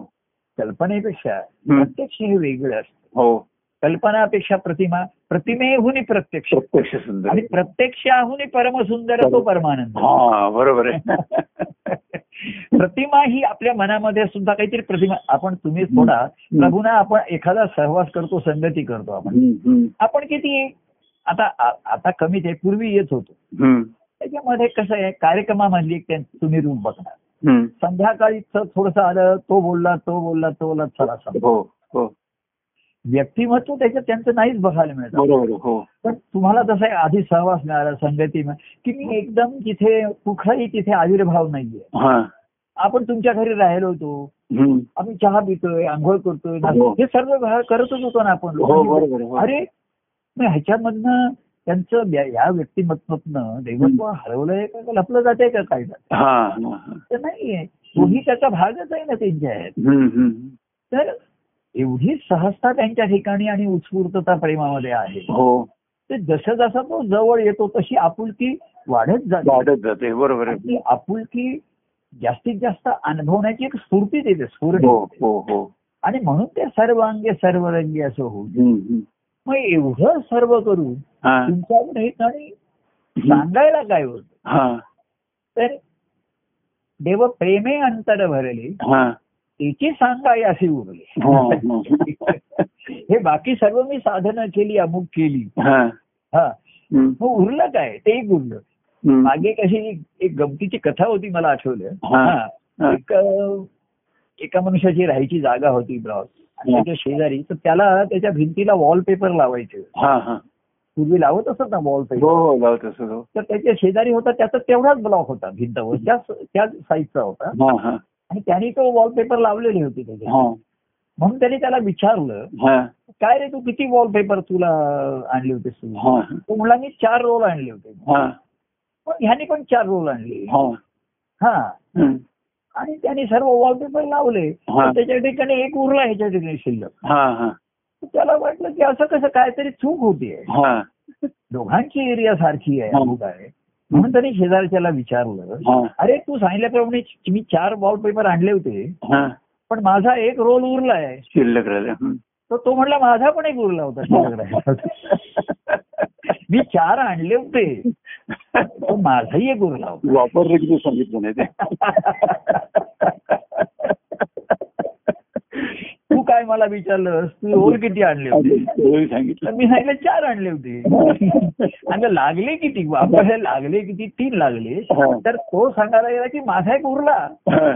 B: कल्पनेपेक्षा
A: हम्म.
B: प्रत्यक्ष हे वेगळं असतं
A: हो
B: कल्पनापेक्षा प्रतिमा प्रतिमेहून प्रत्यक्ष
A: प्रत्यक्ष सुंदर
B: आणि प्रत्यक्षाहून परमसुंदर तो परमानंद
A: हा बरोबर आहे
B: प्रतिमा ही आपल्या मनामध्ये सुद्धा काहीतरी प्रतिमा आपण तुम्ही थोडा
A: हम्म.
B: प्रभूना आपण एखादा सहवास करतो संगती करतो आपण
A: हम्म, हम्म,
B: आपण किती आता आ- आता कमीच आहे पूर्वी येत होतो
A: हम्म,
B: त्याच्यामध्ये कसं आहे कार्यक्रमामधली एक त्यां- तुम्ही रूम बघणार
A: हम्म.
B: संध्याकाळी थोडस आलं तो बोलला तो बोलला तो बोलला चला चला
A: हो हो
B: व्यक्तिमत्व त्याच्यात त्यांचं नाहीच बघायला मिळतं
A: बरोबर आहे, हो
B: पण तुम्हाला तसं आहे, आधी सहवास मिळाला संगती मिळाली, की मी एकदम तिथे कुठलाही तिथे आविर्भाव नाहीये
A: हा
B: आपण तुमच्या घरी राहिलो होतो
A: हम्म.
B: आम्ही चहा पितोय आंघोळ करतोय
A: हो.
B: हे सर्व घ- करतच होतो ना आपण
A: हो बरोबर आहे, हो.
B: अरे मग ह्याच्यामधनं त्यांचं या- या व्यक्तिमत्वातनं दैवत्व हरवलंय का लपलं जाते का काय
A: हा हा, हा.
B: तर नाहीये तोही त्याचा भागच आहे ना त्यांच्या ह्यात.
A: हम्म, हम्म.
B: तर एवढी सहजता त्यांच्या ठिकाणी आणि उत्स्फूर्तता प्रेमामध्ये आहे
A: हो
B: ते जसं जसा तो जवळ येतो तशी आपुलकी वाढत जाते
A: वाढत जाते बरोबर
B: आणि
A: आहे
B: ती आपुलकी जास्तीत जास्त अनुभवण्याची एक स्फूर्ती देते स्फूर्ती
A: हो हो हो
B: आणि म्हणून ते सर्वांगे सर्वरंगी असं होऊ दे.
A: हम्म, हम्म.
B: मग एवढं सर्व करू
A: हा.
B: तुमच्यावर हे आणि
A: हम्म.
B: सांगायला काय होत
A: हा
B: तर देव प्रेमे अंतर भरले
A: हा
B: त्याची सांगाय असे
A: हो,
B: उरले
A: हो.
B: हे बाकी सर्व मी साधना केली अमुक केली
A: हा.
B: हा
A: हम्म,
B: मग उरलं काय ते एक उरलं
A: हम्म.
B: मागे कशी एक- एक गमतीची कथा होती मला आठवलं
A: हा.
B: हा. एक अं, एका मनुष्याची राहायची जागा होती ब्रॉस आणि
A: हा.
B: त्याच्या शेजारी तर त्याला त्याच्या भिंतीला वॉलपेपर लावायचे
A: हा हा
B: पूर्वी लावत असत ना
A: हो
B: वॉलपेपर
A: हो लावत असत हो
B: तर त्याच्या शेजारी होता त्याचा तेवढाच ब्लॉक होता भिंतवर त्याच त्याच साईजचा होता
A: हा हा
B: आणि त्याने तो वॉलपेपर लावलेले होते त्याचे
A: हा
B: म्हणून त्याने त्याला विचारलं
A: हा
B: काय रे तू किती वॉलपेपर तुला आणले होते तू
A: हा
B: तो म्हणला मी चार रोल आणले होते
A: हा
B: मग ह्याने पण चार रोल आणले
A: हा
B: हा
A: हम्म.
B: आणि त्याने सर्व वॉलपेपर लावले
A: हा.
B: तर त्याच्या ठिकाणी एक उरला ह्याच्या ठिकाणी शिल्लक
A: हा हा
B: तर त्याला वाटलं की असं कसं काहीतरी चूक होतीये
A: हा
B: दोघांची एरिया सारखी आहे
A: हा.
B: अमुक आहे म्हणून त्याने शेजारच्याला विचारलं
A: हा
B: अरे तू सांगितल्याप्रमाणे मी चार वॉलपेपर आणले होते
A: हा
B: पण माझा एक रोल उरला आहे
A: शिल्लक राहिले हम्म.
B: तर तो म्हणला माझा पण एक उरला होता शेजारकडे. मी चार आणले होते पण माझाही एक उरला होता
A: वापरलं किती सांगितलं नाही ते
B: तू काय मला विचारलंस तू रोल किती आणले होते
A: तेवढंही
B: तर
A: सांगितलं
B: मी सांगितलं चार आणले होते आणि लागले किती वापरायला लागले किती तीन लागले
A: हा.
B: तर तो सांगायला गेला की माझा एक उरला
A: हा.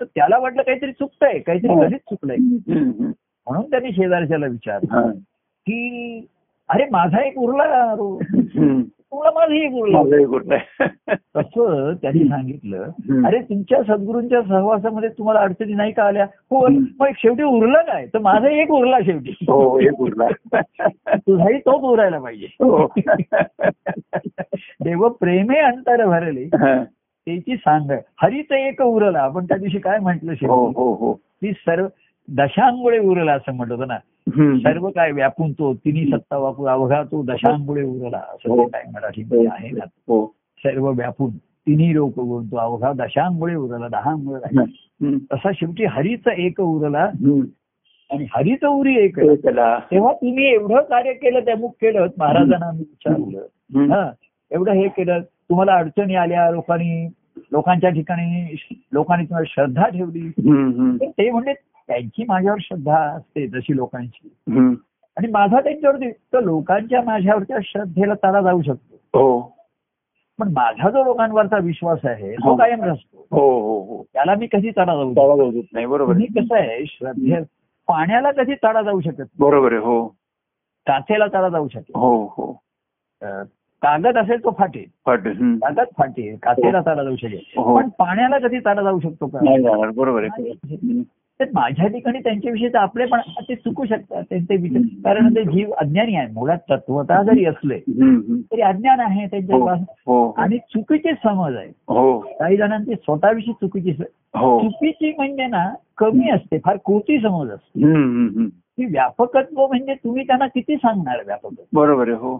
B: तर त्याला वाटलं काहीतरी चुकतंय काहीतरी
A: हा.
B: कधीच चुकलंय
A: हम्म.
B: म्हणून त्याने शेजारच्याला विचारलं
A: हा.
B: की अरे माझा एक उरला रो-
A: हम्म.
B: तुला माझाही एक उरला
A: माझाही गोष्ट आहे.
B: तसं त्यांनी सांगितलं
A: हम्म.
B: अरे तुमच्या सद्गुरूंच्या सहवासामध्ये तुम्हाला अडचणी नाही का आल्या हो
A: हम्म.
B: मग शेवटी उरला काय तर माझा एक उरला शेवटी
A: हो हे बोलला
B: तुझाही तोच उरायला पाहिजे
A: हो
B: देव प्रेमे अंतर भरले
A: हा.
B: त्याची सांग हरीच एक उरला आपण त्या दिवशी काय म्हटलं
A: हो
B: शेवटी
A: हो हो
B: की सर्व दशांमुळे उरला असं म्हटलं होतं ना
A: हम्म.
B: सर्व काय व्यापून तो तिन्ही सत्ता वापू अवघा तो दशांमुळे उरला असं
A: हो.
B: ते काय मराठीमध्ये आहे ना
A: हो
B: सर्व व्यापून तिन्ही लोक गुण तो अवघा दशांमुळे उरला दहामुळे राहिला.
A: हम्म.
B: तसा शेवटी हरीचा एक उरला
A: हम्म.
B: आणि हरीचा उरी एक
A: ते त्याला
B: तेव्हा तुम्ही एवढं कार्य केलं त्यामुख केलं महाराजांना आम्ही विचारलं
A: हम्म.
B: हा एवढं हे केलं तुम्हाला अडचणी आल्या लोकांनी लोकांच्या ठिकाणी लोकांनी तुम्हाला श्रद्धा ठेवली
A: हम्म. हम्म.
B: तर ते म्हणजे त्यांची माझ्यावर श्रद्धा असते जशी लोकांची
A: हम्म.
B: आणि माझा त्यांच्यावरती तर लोकांच्या माझ्यावरच्या श्रद्धेला तारा जाऊ शकतो
A: हो
B: पण माझा जो लोकांवरचा विश्वास आहे तो
A: हो.
B: कायम असतो
A: हो हो हो
B: त्याला मी कधी तडा जाऊ शकतो
A: त्याला जाऊ देत नाही बरोबर आहे.
B: तुम्ही कसं आहे श्रद्धे पाण्याला कधी तडा जाऊ शकत नाही.
A: बरोबर आहे हो
B: काचेला तडा जाऊ शकत
A: हो हो
B: अं, कागद असेल तो फाटेल
A: पट हम्म.
B: कागद फाटेल काचेला तडा जाऊ शकेल
A: हो.
B: पण पाण्याला कधी तडा जाऊ शकतो का
A: नाही जाणार बरोबर आहे हम्म.
B: तर माझ्या ठिकाणी त्यांच्याविषयी तर आपले पण ते चुकू शकतात त्यांचे विचार कारण ते जीव अज्ञानी आहे मुळात तत्वता जरी असले
A: हम्म.
B: तरी अज्ञान आहे
A: हो
B: त्यांच्या
A: हो
B: आणि चुकीचे समज आहे
A: हो
B: काही जणांची स्वतःविषयी चुकीची स-
A: हो
B: चुकीची म्हणजे ना कमी असते फार कृती समज असते
A: हम्म, हम्म, हम्म.
B: ती व्यापकत्व म्हणजे तुम्ही त्यांना किती सांगणार व्यापकत्व
A: बरोबर आहे हो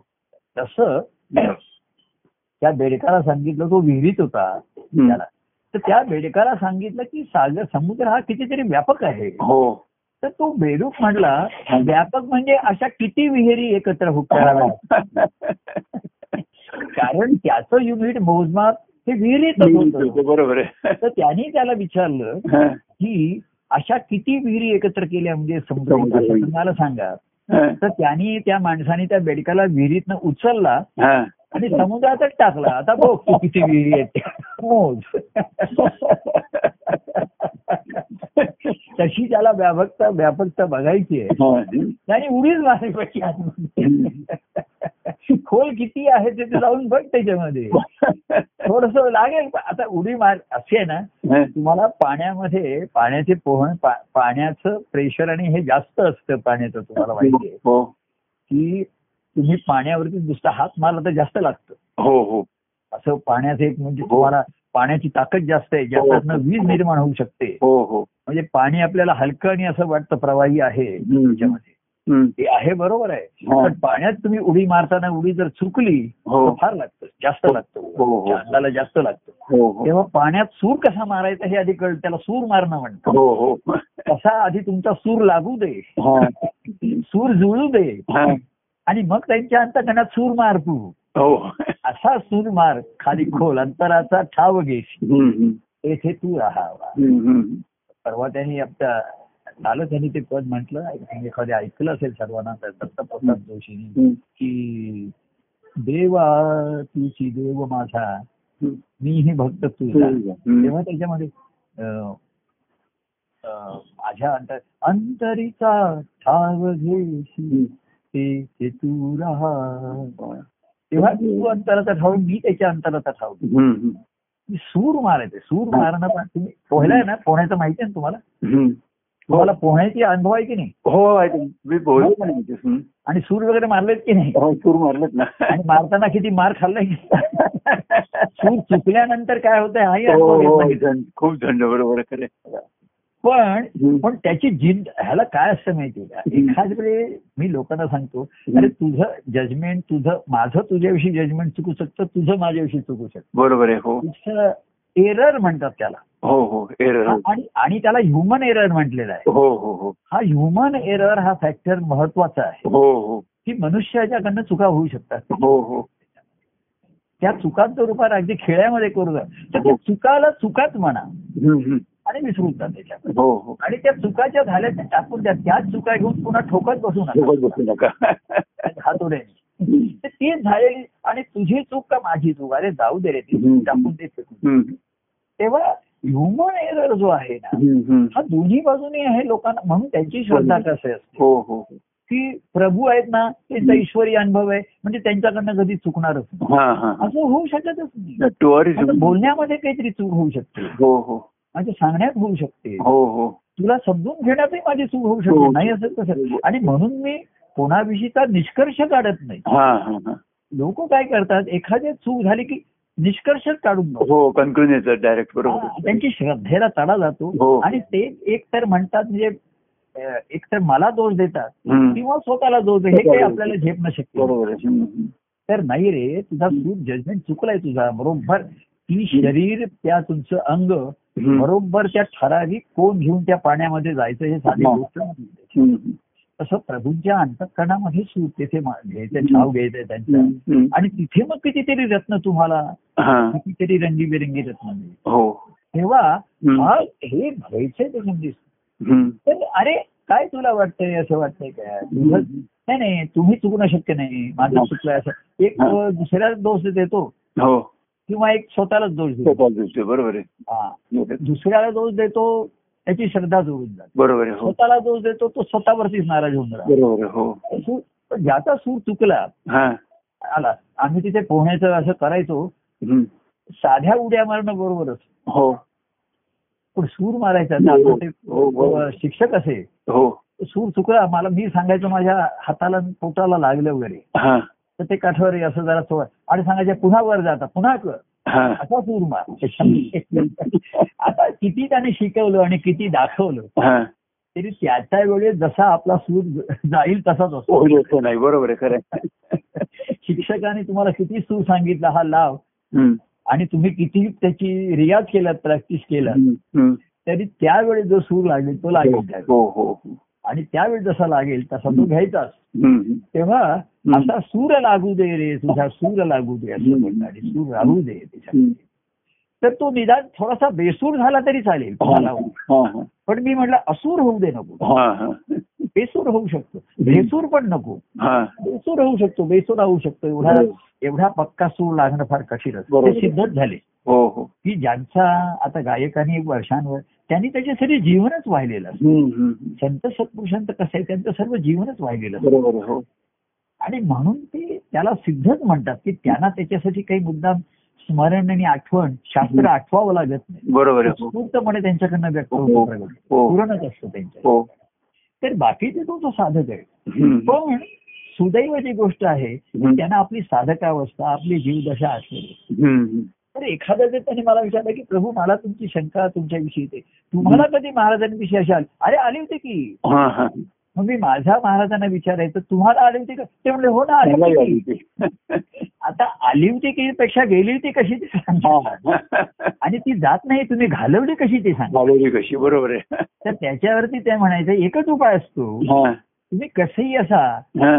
B: तसं त्या बेडकाला सांगितलं तो विहिरीत होता
A: हम्म.
B: त्याला तर त्या बेडकाला सांगितलं की सागर समुद्र हा कितीतरी व्यापक आहे
A: हो
B: तर तो बेडूक म्हणला व्यापक म्हणजे अशा किती विहिरी एकत्र हुकताना कारण त्याचं युनिट मोजमाप हे विहिरीत होतं
A: हो, बरोबर आहे
B: तर त्यांनी त्याला विचारलं
A: हा,
B: की अशा किती विहिरी एकत्र केल्या म्हणजे समुद्र
A: समुद्र
B: एकाचा?
A: होईल.
B: तुम्हाला सांगा
A: हा,
B: तर त्यांनी त्या माणसाने त्या बेडकाला विहिरीतनं उचलला
A: हा.
B: आणि समुद्रातच टाकला आता बघ तू किती विहिरी आहेत त्या. मोज तशी त्याला व्यापकता व्यापकता बघायची आहे
A: हा.
B: त्याने उडीच मारली पाहिजे आतमध्ये. खोल किती आहे ते तू जाऊन बघ त्याच्यामध्ये थोडस लागेल पण आता उडी मार असे आहे ना
A: हा.
B: तुम्हाला पाण्यामध्ये पाण्याचे पोहण पा- पाण्याचं प्रेशर आणि हे जास्त असतं पाण्याचं तुम्हाला माहिती आहे
A: हो
B: की तुम्ही पाण्यावरती नुसता हात मारला तर जास्त लागतं
A: हो हो
B: असं पाण्याचं एक म्हणजे तुम्हाला पाण्याची ताकद जास्त आहे ज्यातनं वीज निर्माण होऊ शकते
A: हो हो
B: म्हणजे पाणी आपल्याला हलकं आणि असं वाटतं प्रवाही आहे
A: हम्म.
B: त्याच्यामध्ये
A: हम्म.
B: ते आहे बरोबर आहे
A: हा.
B: पण पाण्यात तुम्ही उडी मारताना उडी जर चुकली
A: हो
B: तर फार लागतं जास्त लागतं
A: हो, हो.
B: त्या अंगाला जास्त लागतं
A: हो हो
B: तेव्हा पाण्यात सूर कसा मारायचा हे आधी कळ त्याला सूर मारणं म्हणतात
A: हो हो
B: तसा आधी तुमचा सूर लागू दे
A: हा.
B: सूर जुळू दे
A: हा.
B: आणि मग त्यांच्या अंतकणात सूर मार तू
A: हो
B: असा सूर मार खाली खोल अंतराचा ठाव घेश
A: हम्म, हम्म.
B: येथे तू राहावा
A: हम्म, हम्म.
B: परवा त्यांनी आपल्या झालं त्यांनी ते पद म्हटलं एखाद्या ऐकलं असेल सर्वांना तर दत्तप्रसाद जोशींनी
A: हम्म,
B: की देवा तुझी देव माझा
A: हम्म.
B: मीही भक्त तुझा
A: हम्म.
B: तेव्हा त्याच्यामध्ये अं, अं, माझ्या अंतर अंतरीचा ठाव घेशी
A: हम्म.
B: तेथे तू राहा तेव्हा तू अंतराचा ठाव मी त्याच्या अंतराचा ठाव
A: हम्म,
B: मी सूर मारायचे सूर मारणं पण तुम्ही पोहायला ना पोहण्याचं माहिती आहे ना तुम्हाला
A: हम्म.
B: तुम्हाला पोहण्याची अनुभव आहे की नाही
A: हो आहे ते. मी बोललो पण आहे तिथे. हम्म.
B: आणि सूर वगैरे मारलेत की नाही
A: हो सूर मारलेत ना
B: आणि मारताना किती मार खाल्लाय की सूर चुकल्यानंतर काय होतं हाही
A: हो
B: अनुभव
A: हो
B: घेतला की
A: झंड- खूप झंड बरोबर खरे
B: पण पण त्याची जिद्द ह्याला काय असतं माहितीये का
A: हम्म.
B: एखाद वेळे मी लोकांना सांगतो अरे तुझं जजमेंट तुझं माझं तुझ्याविषयी जजमेंट चुकू शकतं तुझं माझ्याविषयी चुकू शकतं
A: बरोबर आहे हो
B: इट्स एरर म्हणतात त्याला
A: हो हो एरर हो
B: आणि आणि त्याला ह्युमन एरर म्हटलेला आहे
A: हो हो हो
B: हा ह्युमन एरर हा फॅक्टर महत्वाचा आहे
A: हो हो
B: की मनुष्याच्याकडनं चुका होऊ शकतात
A: हो हो
B: त्या चुकांचं रूपात अगदी खेळ्यामध्ये करू शकतात. तर
A: हो.
B: त्या चुकाला चुकाच म्हणा
A: हम्म, हम्म.
B: आणि विसरूतात त्याच्याकडे
A: हो हो
B: आणि त्या चुका ज्या झाल्या त्या टाकून द्या त्याच चुका घेऊन पुन्हा ठोकत बसू
A: सोबत
B: नका
A: बसू नका
B: हातोड्याने तर ती झालेली आणि तुझी चूक का माझी चूक अरे जाऊ दे रे ती चूक टाकून दे फेकून.
A: हम्म,
B: तेव्हा ह्युमन एरर जो आहे ना
A: हम्म, हम्म.
B: हा दोन्ही बाजूने आहे लोकांना म्हणून त्यांची श्रद्धा कसे असते
A: हो हो हो.
B: की प्रभू आहेत ना त्यांचा ईश्वरी अनुभव आहे म्हणजे त्यांच्याकडनं कधी चुकणारच नाही
A: हा हा
B: असं होऊ शकतच नाही आता
A: टुअरिझम
B: बोलण्यामध्ये काहीतरी चूक होऊ शकते
A: हो हो
B: माझ्या सांगण्यात होऊ शकते
A: हो हो
B: तुला समजून घेण्यातही माझी चूक होऊ
A: हो.
B: शकते नाही असेल तसं आणि म्हणून मी कोणाविषयीचा निष्कर्ष काढत नाही
A: हा हा हा
B: लोक काय करतात एखादी चूक झाली की निष्कर्षच काढून बघतात.
A: हो कन्क्लूजन येतं डायरेक्ट
B: हा,
A: बरोबर
B: त्यांची श्रद्धेला तडा
A: हो.
B: जातो आणि ते एक तर म्हणतात म्हणजे अं, एक तर मला दोष देतात
A: हम्म.
B: किंवा स्वतःला दोष देतात. हे काही आपल्याला झेपणं शक्य नाही.
A: बरोबर आहे हम्म.
B: तर नाही रे तुझा सूट जजमेंट चुकलाय तुझा बरोबर ती शरीर त्या तुमचं अंग
A: हम्म.
B: बरोबर त्या ठराविक कोण घेऊन त्या पाण्यामध्ये जायचं हे साधी
A: हा.
B: गोष्ट नाही.
A: हम्म.
B: तसं प्रभूंच्या अंतकरणामध्ये सूट तेथे मा- घ्यायचं ठाव घ्यायचंय त्यांचा
A: हम्म.
B: आणि तिथे मग कितीतरी रत्न तुम्हाला
A: हा
B: कितीतरी रंगीबेरंगी रत्न मिळेल
A: हो
B: तेव्हा
A: हम्म.
B: हा हे घ्यायचंय ते समजून
A: हम्म.
B: तर अरे काय तुला वाटतंय असं वाटतंय काय तुझं-
A: हम्म.
B: नाही नाही तुम्ही चुकणं शक्य नाही माझं चुकलंय असं एक
A: हा.
B: दुसऱ्याला दोष देतो
A: हो
B: किंवा एक स्वतःलाच दोष
A: तो
B: देतो
A: call दिसतोय. बरोबर आहे
B: हा.
A: येतात.
B: दुसऱ्याला दोष देतो त्याची श्रद्धा जोडून जाते
A: बरोबर आहे हो
B: स्वतःला दोष देतो तो स्वतःवरतीच नाराज होऊन राहतो
A: बरोबर आहे हो
B: सूर- पण ज्याचा सूर चुकला
A: हा
B: आला आम्ही तिथे पोहण्याचं असं करायचो
A: हम्म.
B: साध्या उड्या मारणं बरोबरच
A: हो
B: पण सूर मारायचा तर आता ते
A: हो, हो.
B: शिक्षक असे
A: हो
B: सूर चुकला मला मी सांगायचं माझ्या हाताला आणि पोटाला लागलं वगैरे
A: हा
B: तर ते काठावर हे असं जरा थोडं आणि सांगायचे पुन्हा वर जाता पुन्हा कर
A: हा
B: असा सूर मार आता किती त्याने शिकवलं आणि किती दाखवलं
A: हा
B: तरी त्याच्या वेळेस जसा आपला सूर जाईल तसाच असतो
A: हो येतो नाही बरोबर आहे खरं आहे.
B: शिक्षकाने तुम्हाला किती सूर सांगितला हा लाव
A: हम्म.
B: आणि तुम्ही किती त्याची रियाज केलात प्रॅक्टिस केला
A: हम्म. हम्म.
B: तरी त्यावेळी जो सूर लागेल तो लागेल त्यावेळी.
A: हो हो हो.
B: आणि त्यावेळी जसा लागेल तसा तो घ्यायचाच
A: हम्म.
B: तेव्हा असा सूर लागू दे रे तुझा सूर लागू दे असं म्हणणं आणि सूर लागू दे त्याच्यात.
A: हम्म.
B: तर तो निदान थोडासा बेसूर झाला तरी चालेल
A: हो.
B: मला.
A: हा, हा.
B: पण मी म्हटलं असूर होऊ दे नको
A: हा, हा.
B: बेसूर होऊ शकतो बेसूर पण नको
A: हा.
B: बेसूर होऊ शकतो बेसूर होऊ शकतो एवढा एवढा पक्का सूर लागणं फार कठीण असतं
A: बरोबर.
B: ते सिद्धच झाले
A: हो हो
B: की ज्यांचा आता गायकांनी वर्षांवर त्यांनी त्याच्यासाठी जीवनच वाहिलेलं असतं
A: हम्म, हम्म.
B: संत सत्पुरुषांचं कसं आहे त्यांचं सर्व जीवनच वाहिलेलं असतं
A: बरोबर आहे, हो
B: आणि म्हणून ते त्याला सिद्धच म्हणतात की त्यांना त्याच्यासाठी काही मुद्दाम स्मरण आणि आठवण शास्त्र आठवावं लागत नाही
A: बरोबर आहे, हो
B: उत्स्फूर्तपणे त्यांच्याकडनं व्यक्त
A: हो.
B: होतो प्रगट.
A: हो.
B: पूर्णच असतं त्यांच्या
A: हो
B: तर बाकीचे तो जो साधक आहे
A: हम्म.
B: पण सुदैवाची गोष्ट आहे
A: हम्म.
B: त्यांना आपली साधकावस्था आपली जीवदशा असेल
A: हम्म.
B: तर एखादा जर त्यांनी मला विचारलं की प्रभू मला तुमची शंका तुमच्याविषयी येते तुम्हाला कधी महाराजांविषयी असाल अरे आली होती की
A: हा, हा.
B: मग मी माझ्या महाराजांना विचारायचं तुम्हाला आली होती का ते म्हणले हो ना आली
A: मला
B: होती
A: याद
B: की.
A: येते.
B: आता आली होती की पेक्षा गेली होती कशी ती सांगा आणि ती जात नाही तुम्ही घालवली कशी ती सांगा
A: मालवणी कशी बरोबर आहे
B: तर त्याच्यावरती ते म्हणायचं एकच उपाय असतो
A: हा,
B: तुम्ही कसेही असा
A: हा,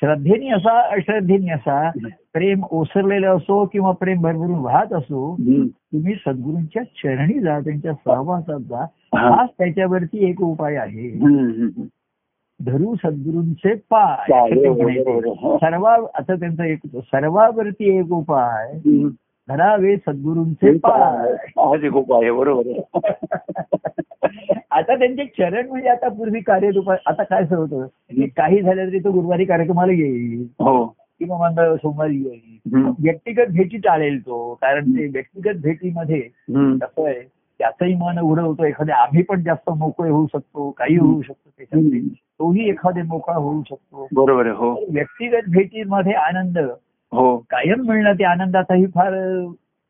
B: श्रद्धेने असा अश्रद्धेने असा प्रेम ओसरलेलं असो किंवा प्रेम भरभरून वाहत असो
A: हम्म,
B: तुम्ही सद्गुरूंच्या चरणी जा त्यांच्या सहवासात जा
A: हा,
B: हाच त्याच्यावरती एक उपाय आहे
A: हम्म, हम्म.
B: धरू सद्गुरूंचे पाय
A: पाय,
B: असं ते
A: बरोबर,
B: म्हणायचे.
A: बरोबर.
B: सर्वा आता त्यांचा एक सर्वावरती एक उपाय
A: हम्म.
B: धरावे सद्गुरूंचे
A: ते
B: पाय
A: पाय. हा, ते खूप आहे बरोबर आहे
B: आता त्यांचे चरण म्हणजे आता पूर्वी कार्य दुपार आता काय असं होतं की काही झालं तरी तो गुरुवारी कार्यक्रमाला येईल
A: हो
B: किंवा मंगळ सोमवारी येईल
A: हम्म,
B: व्यक्तिगत भेटी टाळेल तो कारण ते व्यक्तिगत भेटीमध्ये
A: हम्म,
B: कसं आहे त्याचंही मन उघडं होतं एखाद्या आम्ही पण जास्त मोकळे होऊ शकतो काही होऊ शकतो त्याच्यामध्ये
A: हम्म.
B: तोही एखादे मोकळा होऊ शकतो
A: बरोबर आहे हो
B: तर व्यक्तिगत भेटीमध्ये आनंद
A: हो
B: कायम मिळणं त्या आनंदाचाही फार अ,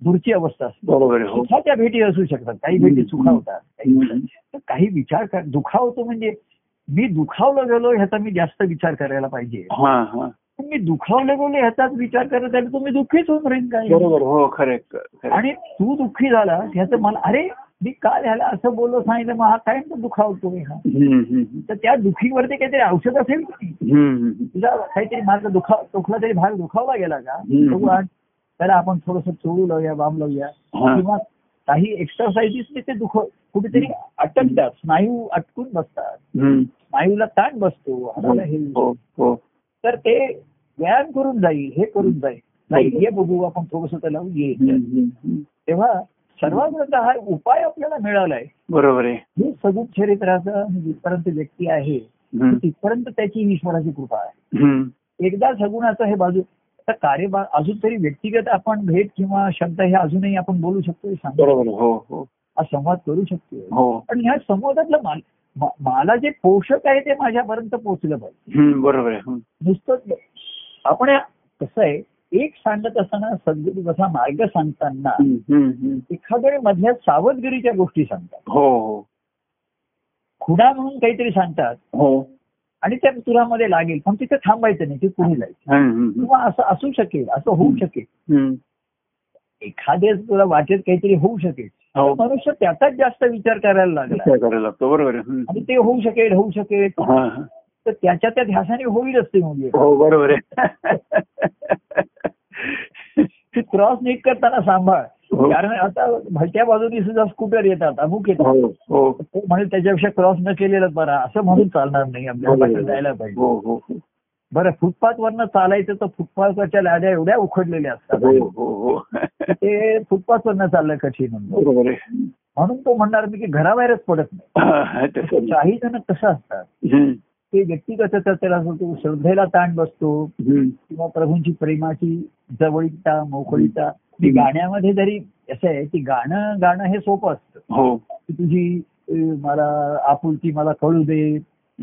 B: दूरची अवस्था असते
A: बरोबर आहे हो
B: सुखाच्या भेटी असू शकतात काही भेटी
A: हम्म.
B: सुखावतात काही
A: हम्म.
B: तर काही विचार कर दुखावतो म्हणजे मी दुखावलं गेलो ह्याचा मी जास्त विचार करायला पाहिजे
A: हा हा
B: पण मी दुखावलं गेलो ह्याचाच विचार करत आहे तर मी दुःखीच होऊन राहीन काय
A: बरोबर हो खरे खरे
B: आणि तू दुःखी झाला ह्याचं मला अरे मी काय ह्याला असं बोललो सांगितलं मग हा काय म्हणतो दुखावतो मी हा तर त्या दुखीवरती काहीतरी औषध असेल का नाही? तुझा काहीतरी मार्ग दुखा कुठला तरी भाग दुखावला गेला का
A: हम्म.
B: बघू आज त्याला आपण थोडस चोळू लावूया बाम लावूया
A: हा.
B: किंवा काही एक्सरसाइजेसने ते दुख कुठेतरी अटकतात स्नायू अटकून बसतात स्नायूला ताण बसतो हाडाला हे-
A: हो हो
B: तर ते व्यायाम करून जाईल हे करून जाईल नाही हे बघू आपण थोडस त्याला ये
A: हो. हम्म.
B: तेव्हा सर्वांत हा उपाय आपल्याला मिळालाय
A: बरोबर आहे
B: हे सगुण चरित्राचा जिथपर्यंत व्यक्ती आहे
A: हम्म.
B: तिथपर्यंत त्याची ईश्वराची कृपा आहे
A: हम्म.
B: एकदा सगुणाचं हे बाजू आता कार्य बा- अजून तरी व्यक्तिगत आपण भेट किंवा शब्द हे अजूनही आपण बोलू शकतो हे सांगतो
A: बरोबर आहे. हो हो
B: हा संवाद करू शकतो
A: हो
B: पण ह्या संवादातलं मा- मा- मला जे पोषक आहे ते माझ्यापर्यंत पोहोचलं पाहिजे
A: हम्म. बरोबर आहे हम्म.
B: नुसतं आपण कसं आहे एक सांगत असताना सद्गुरू जसा मार्ग सांगताना
A: हम्म. हम्म.
B: एखाद्या वेळी मधल्या सावधगिरीच्या गोष्टी सांगतात
A: हो हो
B: खुणा म्हणून काहीतरी सांगतात
A: हो
B: आणि त्या तुला मध्ये लागेल पण तिथे थांबायचं नाही ते पुढे जायचं
A: हम्म. हम्म.
B: किंवा असं असू शकेल असं होऊ शकेल
A: हम्म.
B: एखाद्या तुला वाटेत काहीतरी होऊ शकेल
A: हो
B: मनुष्य त्याचाच जास्त विचार करायला लागला
A: विचार करायला लागतो बरोबर आहे हम्म.
B: आणि ते होऊ शकेल होऊ शकेल
A: हा, हा.
B: तर त्याच्या त्या ध्यासाने होईलच ते म्हणजे
A: हो बरोबर आहे
B: ती क्रॉस नीट करताना सांभाळ
A: हो.
B: कारण आता भलत्या बाजूनी सुद्धा स्कूटर येतात अमुक येतात
A: हो हो
B: तो म्हणेल त्याच्यापेक्षा क्रॉस न केलेलं बरा असं म्हणून चालणार नाही आपल्याला बाहेर जायला पाहिजे
A: हो हो हो
B: बरं फुटपाथ वरनं चालायचं तर फुटपाथवरच्या लाद्या एवढ्या उखडलेल्या
A: हो
B: असतात
A: हो हो
B: ते फुटपाथ वरनं चालणं कठीण होतं.
A: बरोबर आहे
B: म्हणून तो म्हणणार मी की घराबाहेरच पडत नाही
A: हा, तसं
B: तर
A: आहे.
B: काही जण कसं असतात
A: हम्म.
B: ते व्यक्तिगत त्याला असतो श्रद्धेला ताण बसतो
A: हम्म.
B: किंवा प्रभूंची प्रेमाची जवळीकता मोकळीता मी गाण्यामध्ये जरी असं आहे की गाणं गाणं हे सोपं असतं
A: हो
B: की तुझी अं, मला आपुलकी मला कळू दे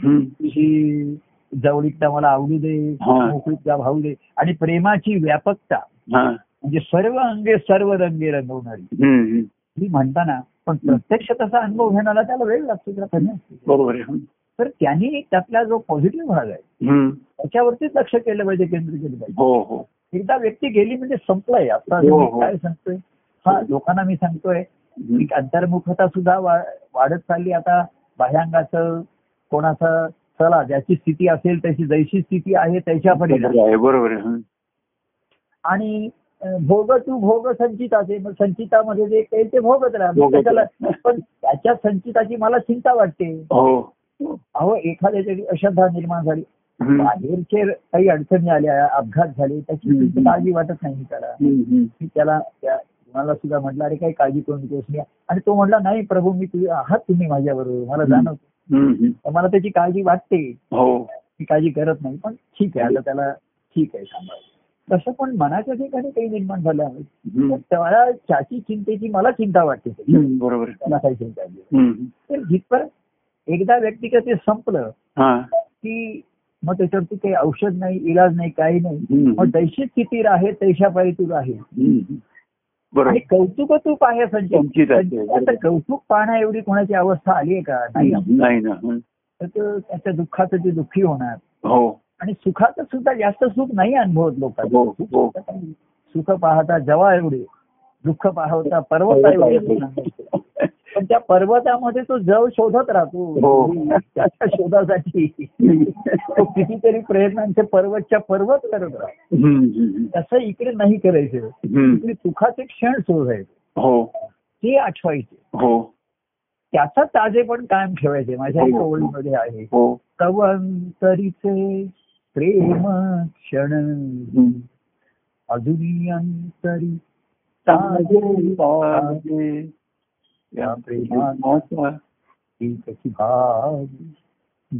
A: हम्म.
B: तुझी जवळीकता मला आवडू दे
A: हा.
B: मोकळीकता भाऊ दे आणि प्रेमाची व्यापकता
A: हा.
B: म्हणजे सर्व अंगे सर्व रंगे रंगवणारी
A: हम्म, हम्म.
B: ही म्हणताना पण प्रत्यक्ष तसा अनुभव घेण्याला त्याला वेळ लागतो त्याला कमी असते.
A: बरोबर आहे हम्म.
B: तर त्यांनी त्यातला जो पॉझिटिव्ह भाग आहे
A: हम्म.
B: त्याच्यावरतीच लक्ष केलं पाहिजे केंद्रित केलं पाहिजे
A: हो हो
B: एकदा व्यक्ती गेली म्हणजे संपलाय आता
A: हो,
B: मी
A: हो.
B: काय सांगतोय हा लोकांना मी सांगतोय
A: हम्म.
B: एक अंतर्मुखता सुद्धा वा- वाढत चालली आता बाह्यांगाचं कोणाचं चला ज्याची स्थिती असेल त्याची जैशी स्थिती आहे त्याच्या परिणाम
A: बरोबर आहे बरोबर आहे हम्म.
B: आणि अं, भोग तू भोग संचित असे मग संचितामध्ये जे काही ते भोगत राहा
A: भोगत
B: त्याला
A: राहा.
B: पण त्याच्या संचिताची मला चिंता वाटते
A: हो
B: अहो एखाद्याची अश्रद्धा निर्माण झाली
A: हम्म.
B: बाहेरचे काही अडचणी आल्या अपघात झाले त्याची
A: हम्म.
B: चिंता काळजी वाटत नाही त्याला
A: हम्म, हम्म.
B: मी त्याला त्या कुणाला सुद्धा म्हटलं अरे काही काळजी करून घेऊस नाही आणि तो म्हटला नाही प्रभू मी तुझे आहात तुम्ही माझ्याबरोबर मला
A: हम्म.
B: जाणवतो
A: हम्म, हम्म.
B: तर मला त्याची काळजी वाटते
A: हो
B: मी काळजी करत नाही पण ठीक आहे आता त्याला ठीक आहे सांभाळ तसं पण मनाच्या ठिकाणी काही निर्माण झालं आहे
A: हम्म.
B: तर त्याला त्याची चिंतेची मला चिंता वाटते त्याची.
A: हम्म, बरोबर आहे
B: त्याला काही चिंता नाही
A: हम्म.
B: तर जिथपर्यंत एकदा व्यक्तिगत ते संपलं
A: हा.
B: की मग त्याच्यावरती काही औषध नाही इलाज नाही काही नाही
A: हम्म.
B: मग दैशी स्थिती आहे तैशा पायी तू आहे
A: हम्म.
B: आणि
A: बरोबर
B: कौतुक तू पाहे संचित
A: संचित आहे.
B: आता कौतुक पाहण्या एवढी कोणाची अवस्था आली आहे का नाही
A: नाही ना हम्म.
B: तर तो त्याच्या दुःखाचं ते दुःखी होणार
A: हो
B: आणि सुखाचं सुद्धा जास्त सुख नाही अनुभवत
A: हो,
B: लोकांना
A: हो.
B: सुख काही. सुख पाहता जवा एवढे दुःख पाहता पर्वत एवढे पण त्या पर्वतामध्ये तो जव शोधत राहतो
A: हो.
B: त्याच्या शोधासाठी तो कितीतरी प्रयत्नांचे पर्वतच्या पर्वत करत राहतो
A: हम्म, हम्म,
B: तसं इकडे नाही करायचं
A: हम्म.
B: इकडे सुखाचे क्षण शोधायचे
A: हो
B: ते आठवायचे
A: हो
B: त्याचा ताजेपण कायम ठेवायचे माझ्या एका
A: हो.
B: ओळीमध्ये आहे
A: हो
B: कवंतरीचे प्रेम क्षण
A: हम्म.
B: अजून अंतरी
A: ताजे ताजे या प्रेमाचा
B: एकची भाव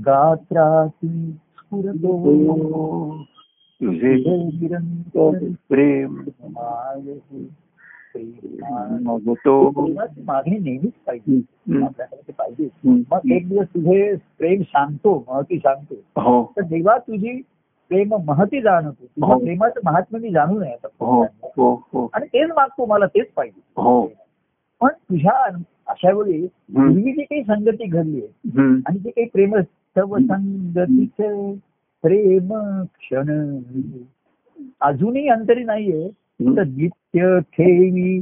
B: गात्रातून स्फुरतो
A: तो तुझे
B: निरंतर
A: प्रेम
B: मागे प्रेमाची
A: मग तो
B: मागणी नेहमीच पाहिजे
A: हो. हम्म,
B: आपल्याकडे ते पाहिजे
A: हम्म.
B: मग एक दिवस तुझे प्रेम सांगतो महती सांगतो
A: हो
B: तर देवा तुझी प्रेम महती जाणतो तुझ्या
A: हो.
B: प्रेमाचं महात्म्य मी जाणू नये
A: हो
B: आता
A: हो हो
B: आणि तेच मागतो मला तेच पाहिजे
A: हो
B: पण तुझ्या अन- अशा वेळी
A: हम्म.
B: पूर्वी जी काही संगती घडली आहे
A: हम्म.
B: आणि जे काही प्रेम सर्व संगतीचे प्रेम क्षण अजूनही अंतरी नाहीये तर नित्य ठेवी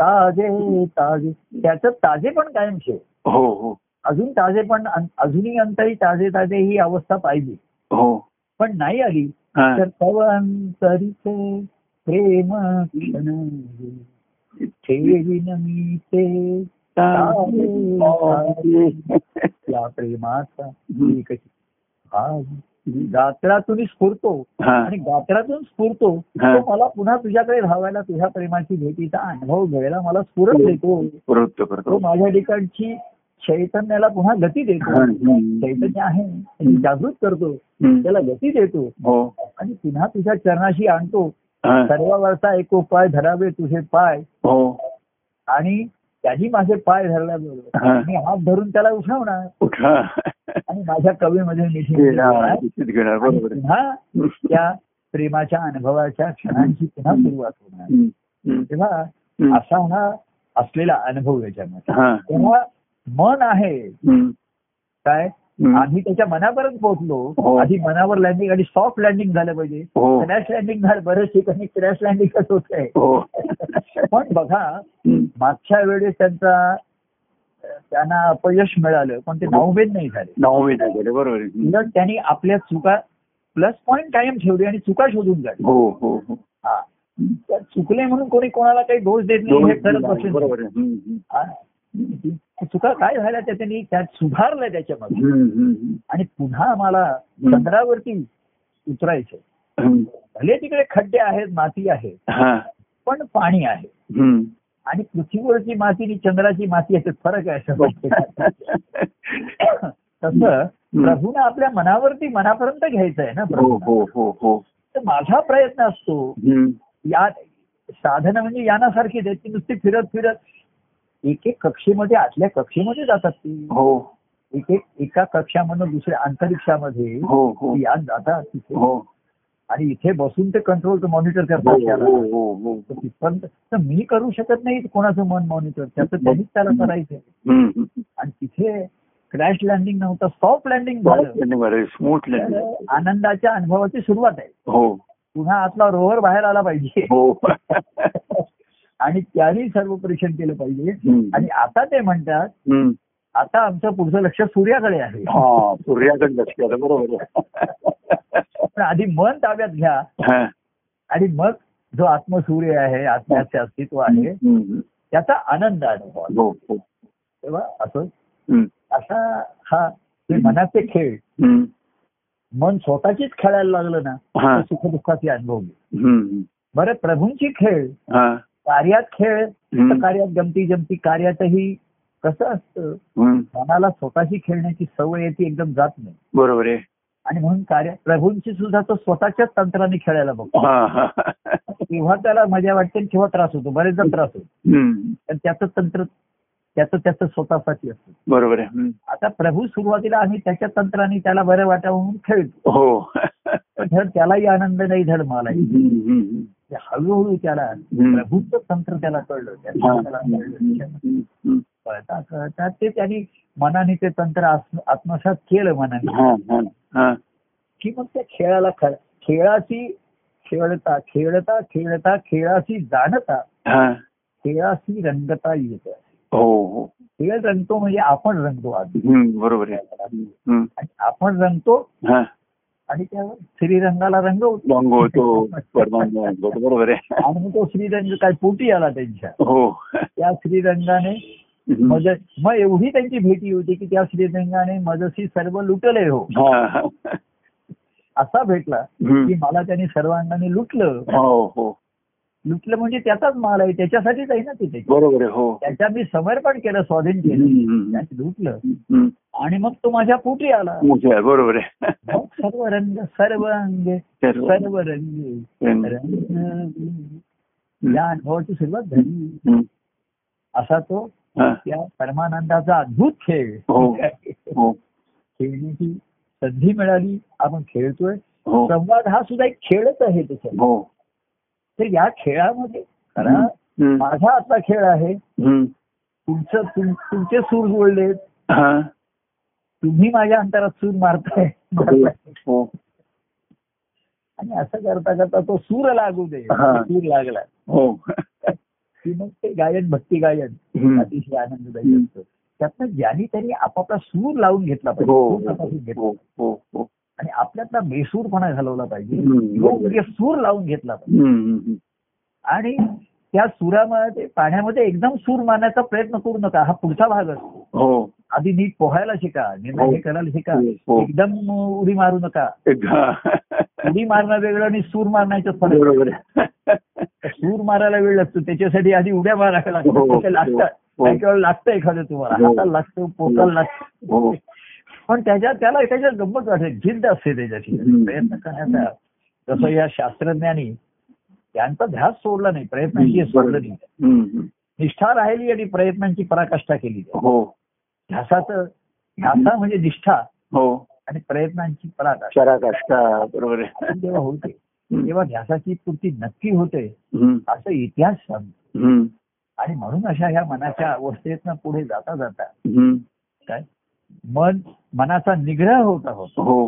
B: ताजे ताजे त्याचं ताजे पण कायम ठेव
A: हो हो
B: अजून ताजे पण अन- अजूनही अंतरी ताजे ताजे ही अवस्था पाहिजे
A: हो
B: पण नाही आली
A: हा.
B: तर तव अंतरीचे प्रेम क्षण ठेवीन मी ते
A: ताजे ताजे.
B: या प्रेमाचा
A: हम्म.
B: एकच भाग गात्रातून स्फुरतो
A: हा.
B: आणि गात्रातून स्फुरतो
A: हा.
B: तो मला पुन्हा तुझ्याकडे धावायला तुझ्या प्रेमाची भेटीचा अनुभव घ्यायला मला स्फुरण
A: हो.
B: देतो
A: प्रवृत्त
B: तो
A: करतो
B: माझ्या ठिकाणची चैतन्याला पुन्हा गती देतो
A: हम्म.
B: चैतन्य आहे ते जागृत करतो
A: हम्म.
B: त्याला गती देतो
A: हो
B: आणि पुन्हा तुझ्या चरणाशी आणतो
A: हा.
B: सर्वावरचा एक पाय धरावे तुझे पाय
A: हो
B: आणि त्याही माझे पाय धरल्याबरोबर
A: हा.
B: मी हात धरून त्याला उठवणार
A: उठा
B: आणि माझ्या कवीमध्ये निधी
A: घेणार निश्चित घेणार
B: आणि
A: बरोबर आहे.
B: पुन्हा त्या प्रेमाच्या अनुभवाच्या क्षणांची पुन्हा सुरुवात होणार
A: हम्म. हम्म.
B: तेव्हा
A: हम्म.
B: असा हा असलेला अनुभव याच्यामध्ये
A: हा.
B: तेव्हा मन आहे
A: हम्म.
B: काय
A: हम्म.
B: आधी त्याच्या मनापर्यंत
A: हो.
B: पोहोचलो आधी मनावर लँडिंग आणि सॉफ्ट लँडिंग झालं पाहिजे
A: हो
B: क्रॅश लँडिंग झालं बऱ्याच ठिकाणी क्रॅश लँडिंगच होत आहे
A: हो
B: पण बघा
A: हम्म.
B: मागच्या वेळेस त्यांचा अं, त्यांना अपयश मिळालं पण ते नाउमेद नाही झाले
A: नवमी नाही झाले बरोबर आहे. हम्म.
B: उलट त्यांनी आपल्या चुका प्लस पॉईंट कायम ठेवली आणि चुका शोधून काढली
A: हो हो हो
B: हा. तर चुकले म्हणून कोणी कोणाला काही दोष देत नाही हे खरंच लक्षात घ्या.
A: बरोबर आहे. हम्म. हम्म.
B: हा. चुका काय झाल्या त्या त्यांनी त्यात सुधारलं त्याच्यामध्ये
A: हम्म. हम्म.
B: आणि पुन्हा मला चंद्रावरती उतरायचं
A: हम्म.
B: भले तिकडे खड्डे आहेत माती आहे
A: हा.
B: पण पाणी आहे
A: हम्म.
B: आणि पृथ्वीवरची माती आणि चंद्राची माती याच्यात फरक आहे असं तसं प्रभूने आपल्या मनावरती मनापर्यंत घ्यायचं आहे ना
A: हो
B: प्रभू
A: हो हो हो
B: तर माझा प्रयत्न असतो
A: हम्म.
B: या साधनं म्हणजे यानासारखीच आहेत ती नुसती फिरत फिरत एक एक कक्षेमध्ये आतल्या कक्षेमध्ये जातात ती
A: हो
B: एक एक एका कक्षामधून दुसऱ्या अंतरिक्षामध्ये
A: हो हो
B: ती आत जातात तिथे
A: हो
B: आणि इथे बसून ते कंट्रोल मॉनिटर
A: हो
B: करतात त्याला.
A: हो हो हो
B: तर तिथपर्यंत तर मी करू शकत नाही कोणाचं मन मॉनिटर त्याचं
A: हो.
B: त्यांनीच त्याला करायचं
A: हम्म.
B: आणि तिथे क्रॅश लँडिंग नव्हता सॉफ्ट लँडिंग झालं
A: धन्यवाद स्मूथ
B: तर
A: लँग्वेज
B: आनंदाच्या अनुभवाची सुरुवात आहे
A: हो
B: पुन्हा आतला रोवर बाहेर आला पाहिजे
A: हो
B: आणि त्याने सर्व परीक्षण केलं पाहिजे
A: हम्म.
B: आणि आता ते म्हणतात
A: हम्म.
B: आता आमचं पुढचं लक्ष सूर्याकडे आहे
A: हा सूर्याकडे लक्ष आलं बरोबर आहे.
B: पण आधी मन ताब्यात घ्या
A: हा.
B: आणि मग जो आत्मसूर्य आहे आत्म्याचे अस्तित्व आहे
A: हम्म.
B: त्याचा आनंद अनुभवा
A: हो हो
B: तेव्हा असं
A: हम्म.
B: असा हा हे मनाचे खेळ
A: हम्म.
B: मन स्वतःचीच खेळायला लागलं ना
A: हा.
B: तर सुखदुःखाचे अनुभव घे
A: हम्म.
B: बरं प्रभूंची खेळ
A: हा.
B: कार्यात खेळ तर
A: हम्म.
B: कार्यात गमती जमती कार्यातही कसं असतं
A: हम्म.
B: मनाला स्वतःची खेळण्याची सवय आहे ती एकदम जात नाही
A: बरोबर आहे
B: आणि म्हणून कार्य प्रभूंची सुद्धा तो स्वतःच्याच तंत्राने खेळायला बघतो
A: हा हा
B: तेव्हा त्याला मजा वाटते आणि तेव्हा त्रास होतो बरेचदा त्रास होतो
A: हम्म.
B: पण त्याचं तंत्र त्याचं त्याचं स्वतःसाठी असतं
A: बरोबर आहे हम्म.
B: आता प्रभू सुरुवातीला आम्ही त्याच्या तंत्राने त्याला बरं वाटावं म्हणून खेळतो
A: हो
B: पण धड त्यालाही आनंद नाही धड मलाही
A: हम्म. हम्म.
B: म्हणजे हळूहळू त्याला
A: हम्म.
B: प्रभूचं तंत्र त्याला कळलं
A: हा.
B: त्याला कळलं
A: हम्म. हम्म.
B: कळता कळता ते त्यांनी मनाने ते तंत्र आत्म- आत्मसात केलं मनाने
A: हा, हा, हा.
B: की मग त्या खेळाला खर खेळाशी खेळता खेळता खेळता खेळाशी जाणता
A: हा
B: खेळाशी रंगता येत
A: हो हो
B: खेळ रंगतो म्हणजे आपण रंगतो आधी
A: हम्म, बरोबर आहे हम्म.
B: आणि आपण रंगतो
A: हा
B: आणि त्यावर श्रीरंगाला रंगवतो
A: रंगवतो परमानंद रंगवतो बरोबर आहे
B: आणि मग तो श्रीरंग काय पोटी आला त्यांच्या
A: हो
B: त्या श्रीरंगाने
A: हम्म.
B: मदत मग एवढी त्यांची भेटी होती की त्या श्रीरंगाने मदसी सर्व लुटले हो
A: हा, हा.
B: असा भेटला की
A: हम्म.
B: मला त्यांनी सर्वांगाने लुटलं
A: हो हो
B: लुटलं म्हणजे त्याचाच माल आहे त्याच्यासाठीच आहे ना तिथे
A: बरोबर आहे हो
B: त्याच्या मी समर्पण केलं स्वाधीन केलं
A: हम्म, हम्म.
B: त्याने लुटलं
A: हम्म.
B: आणि मग तो माझ्या पोटी आला
A: मोठे आहे, बरोबर आहे
B: मग सर्व रंग सर्व अंग
A: सर्व.
B: सर्व रंग रंग या अनुभवाची सुरुवात झाली
A: हम्म.
B: असा तो
A: हा.
B: त्या परमानंदाचा अद्भुत खेळ
A: हो. हो
B: खेळण्याची संधी मिळाली आपण खेळतोय
A: हो
B: संवाद हा सुद्धा एक खेळच आहे त्याच्यात
A: हो
B: तर या खेळामध्ये खरा
A: हम्म.
B: माझा आता खेळ आहे
A: हम्म.
B: तुमचं तुम- तुमचे सूर जुळलेत
A: हा.
B: तुम्ही माझ्या अंतरात सूर मारताय मारताय.
A: हो
B: आणि असं करता करता तो सूर लागू दे
A: हा.
B: सूर लागला
A: हो
B: की मग ते गायन भक्ती गायन
A: हम्म.
B: अतिशय आनंददायी असतं त्यातनं ज्यांनी त्यांनी आपापला सूर लावून घेतला पाहिजे
A: हो
B: सूर तपासून घेतला.
A: हो हो हो
B: आणि आपल्यातला बेसूरपणा घालवला पाहिजे
A: हम्म.
B: योग्य सूर लावून घेतला पाहिजे
A: हम्म.
B: आणि त्या सुरामध्ये पाण्यामध्ये एकदम सूर मारण्याचा प्रयत्न करू नका हा पुढचा भाग असतो
A: हो
B: आधी नीट पोहायला शिका निर्णय
A: हो.
B: हे करायला शिका
A: हो.
B: एकदम उडी मारू नका
A: एक- हा.
B: उडी मारणं वेगळं आणि सूर मारण्याचं फरक
A: बरोबर आहे.
B: सूर मारायला वेळ लागतो त्याच्यासाठी आधी उड्या माराव्या
A: हो,
B: लागतात त्याच्या लागतात
A: हो.
B: काही वेळा लागतं एखादं तुम्हाला
A: हो.
B: हाताला लागतं पोटाला लागतं
A: हो
B: पण त्याच्या त्याला त्याच्यात गंमत वाटते जिद्द असते त्याच्याशी
A: हम्म.
B: प्रयत्न करण्याचा जसं या शास्त्रज्ञांनी त्यांचा ध्यास सोडला नाही प्रयत्नांची
A: हम्म.
B: सोडलं नाही
A: हम्म.
B: निष्ठा राहिली आणि प्रयत्नांची पराकाष्ठा केली
A: हो
B: ध्यासाचं ध्यासा म्हणजे निष्ठा
A: हो
B: आणि प्रयत्नांची पराकाष्ठा
A: शराकाष्ठा बरोबर आहे
B: आपण जेव्हा होते
A: हम्म.
B: तेव्हा ध्यासाची पूर्ती नक्की होते
A: हम्म.
B: असं इतिहास सांगतो
A: हम्म.
B: आणि म्हणून अशा ह्या मनाच्या अवस्थेतनं पुढे जाता जाता
A: हम्म.
B: काय मन मनाचा निग्रह होता होता
A: हो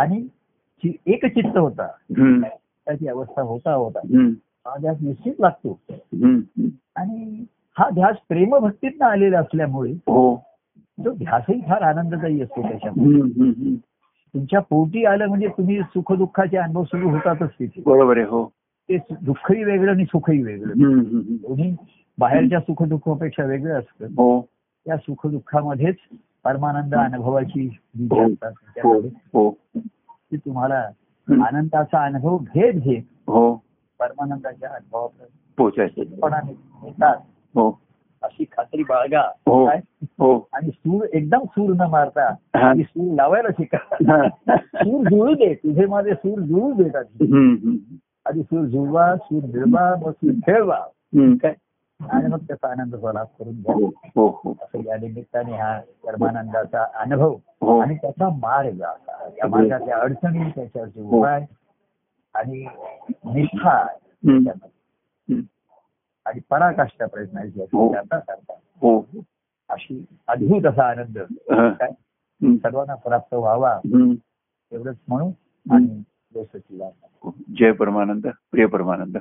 B: आणि जी एक चित्त होता
A: हम्म.
B: त्याची अवस्था होता होता
A: हम्म.
B: हा ध्यास निश्चित लागतो
A: हम्म.
B: आणि हा ध्यास प्रेमभक्तीतनं आलेला असल्यामुळे
A: हो
B: तो ध्यासही फार आनंददायी असतो त्याच्यामुळे
A: हम्म. हम्म.
B: तुमच्या पोटी आलं म्हणजे तुम्ही सुखदुःखाचे अनुभव सुरू होतातच तिथे
A: बरोबर आहे हो
B: ते सु- दुःखही वेगळं आणि सुखही वेगळं
A: हम्म. हम्म.
B: दोन्ही बाहेरच्या सुखदुःखापेक्षा वेगळं असतं
A: हो
B: त्या सुखदुःखामध्येच परमानंद अनुभवाची जी
A: हो.
B: जाणता
A: हो
B: त्याच्यामध्ये
A: हो
B: ती तुम्हाला
A: हम्म.
B: आनंदाचा अनुभव घेत घेत
A: हो
B: परमानंदाच्या अनुभवाप्रमाणे
A: पोचायचं
B: येतात
A: हो
B: अशी खात्री बाळगा
A: हो.
B: काय?
A: हो
B: आणि सूर एकदम सूर न मारता
A: हा.
B: ती सूर लावायला शिका
A: हा.
B: सूर जुळू दे तुझे माझे सूर जुळू देतात
A: हम्म. हम्म.
B: आधी सूर जुळवा सूर मिळवा मग सूर खेळवा
A: हम्म.
B: काय आणि मग त्याचा आनंद लाभ करून घ्या
A: हो हो हो
B: असं या निमित्ताने हा कर्मानंदाचा अनुभव
A: हो.
B: आणि त्याचा मार्ग असा या मार्गातल्या अडचणी त्याच्यावरचे
A: हो.
B: उपाय आणि निष्ठा
A: हम्म. हम्म.
B: आणि पराकाष्ठा
A: हो.
B: प्रयत्नाची याची करता करता
A: हो
B: अशी अद्भुत असा आनंद
A: हा.
B: काय
A: हम्म.
B: सर्वांना प्राप्त व्हावा
A: हम्म.
B: एवढंच म्हणू आणि देशाची वाट.
A: जय परमानंद प्रिय परमानंद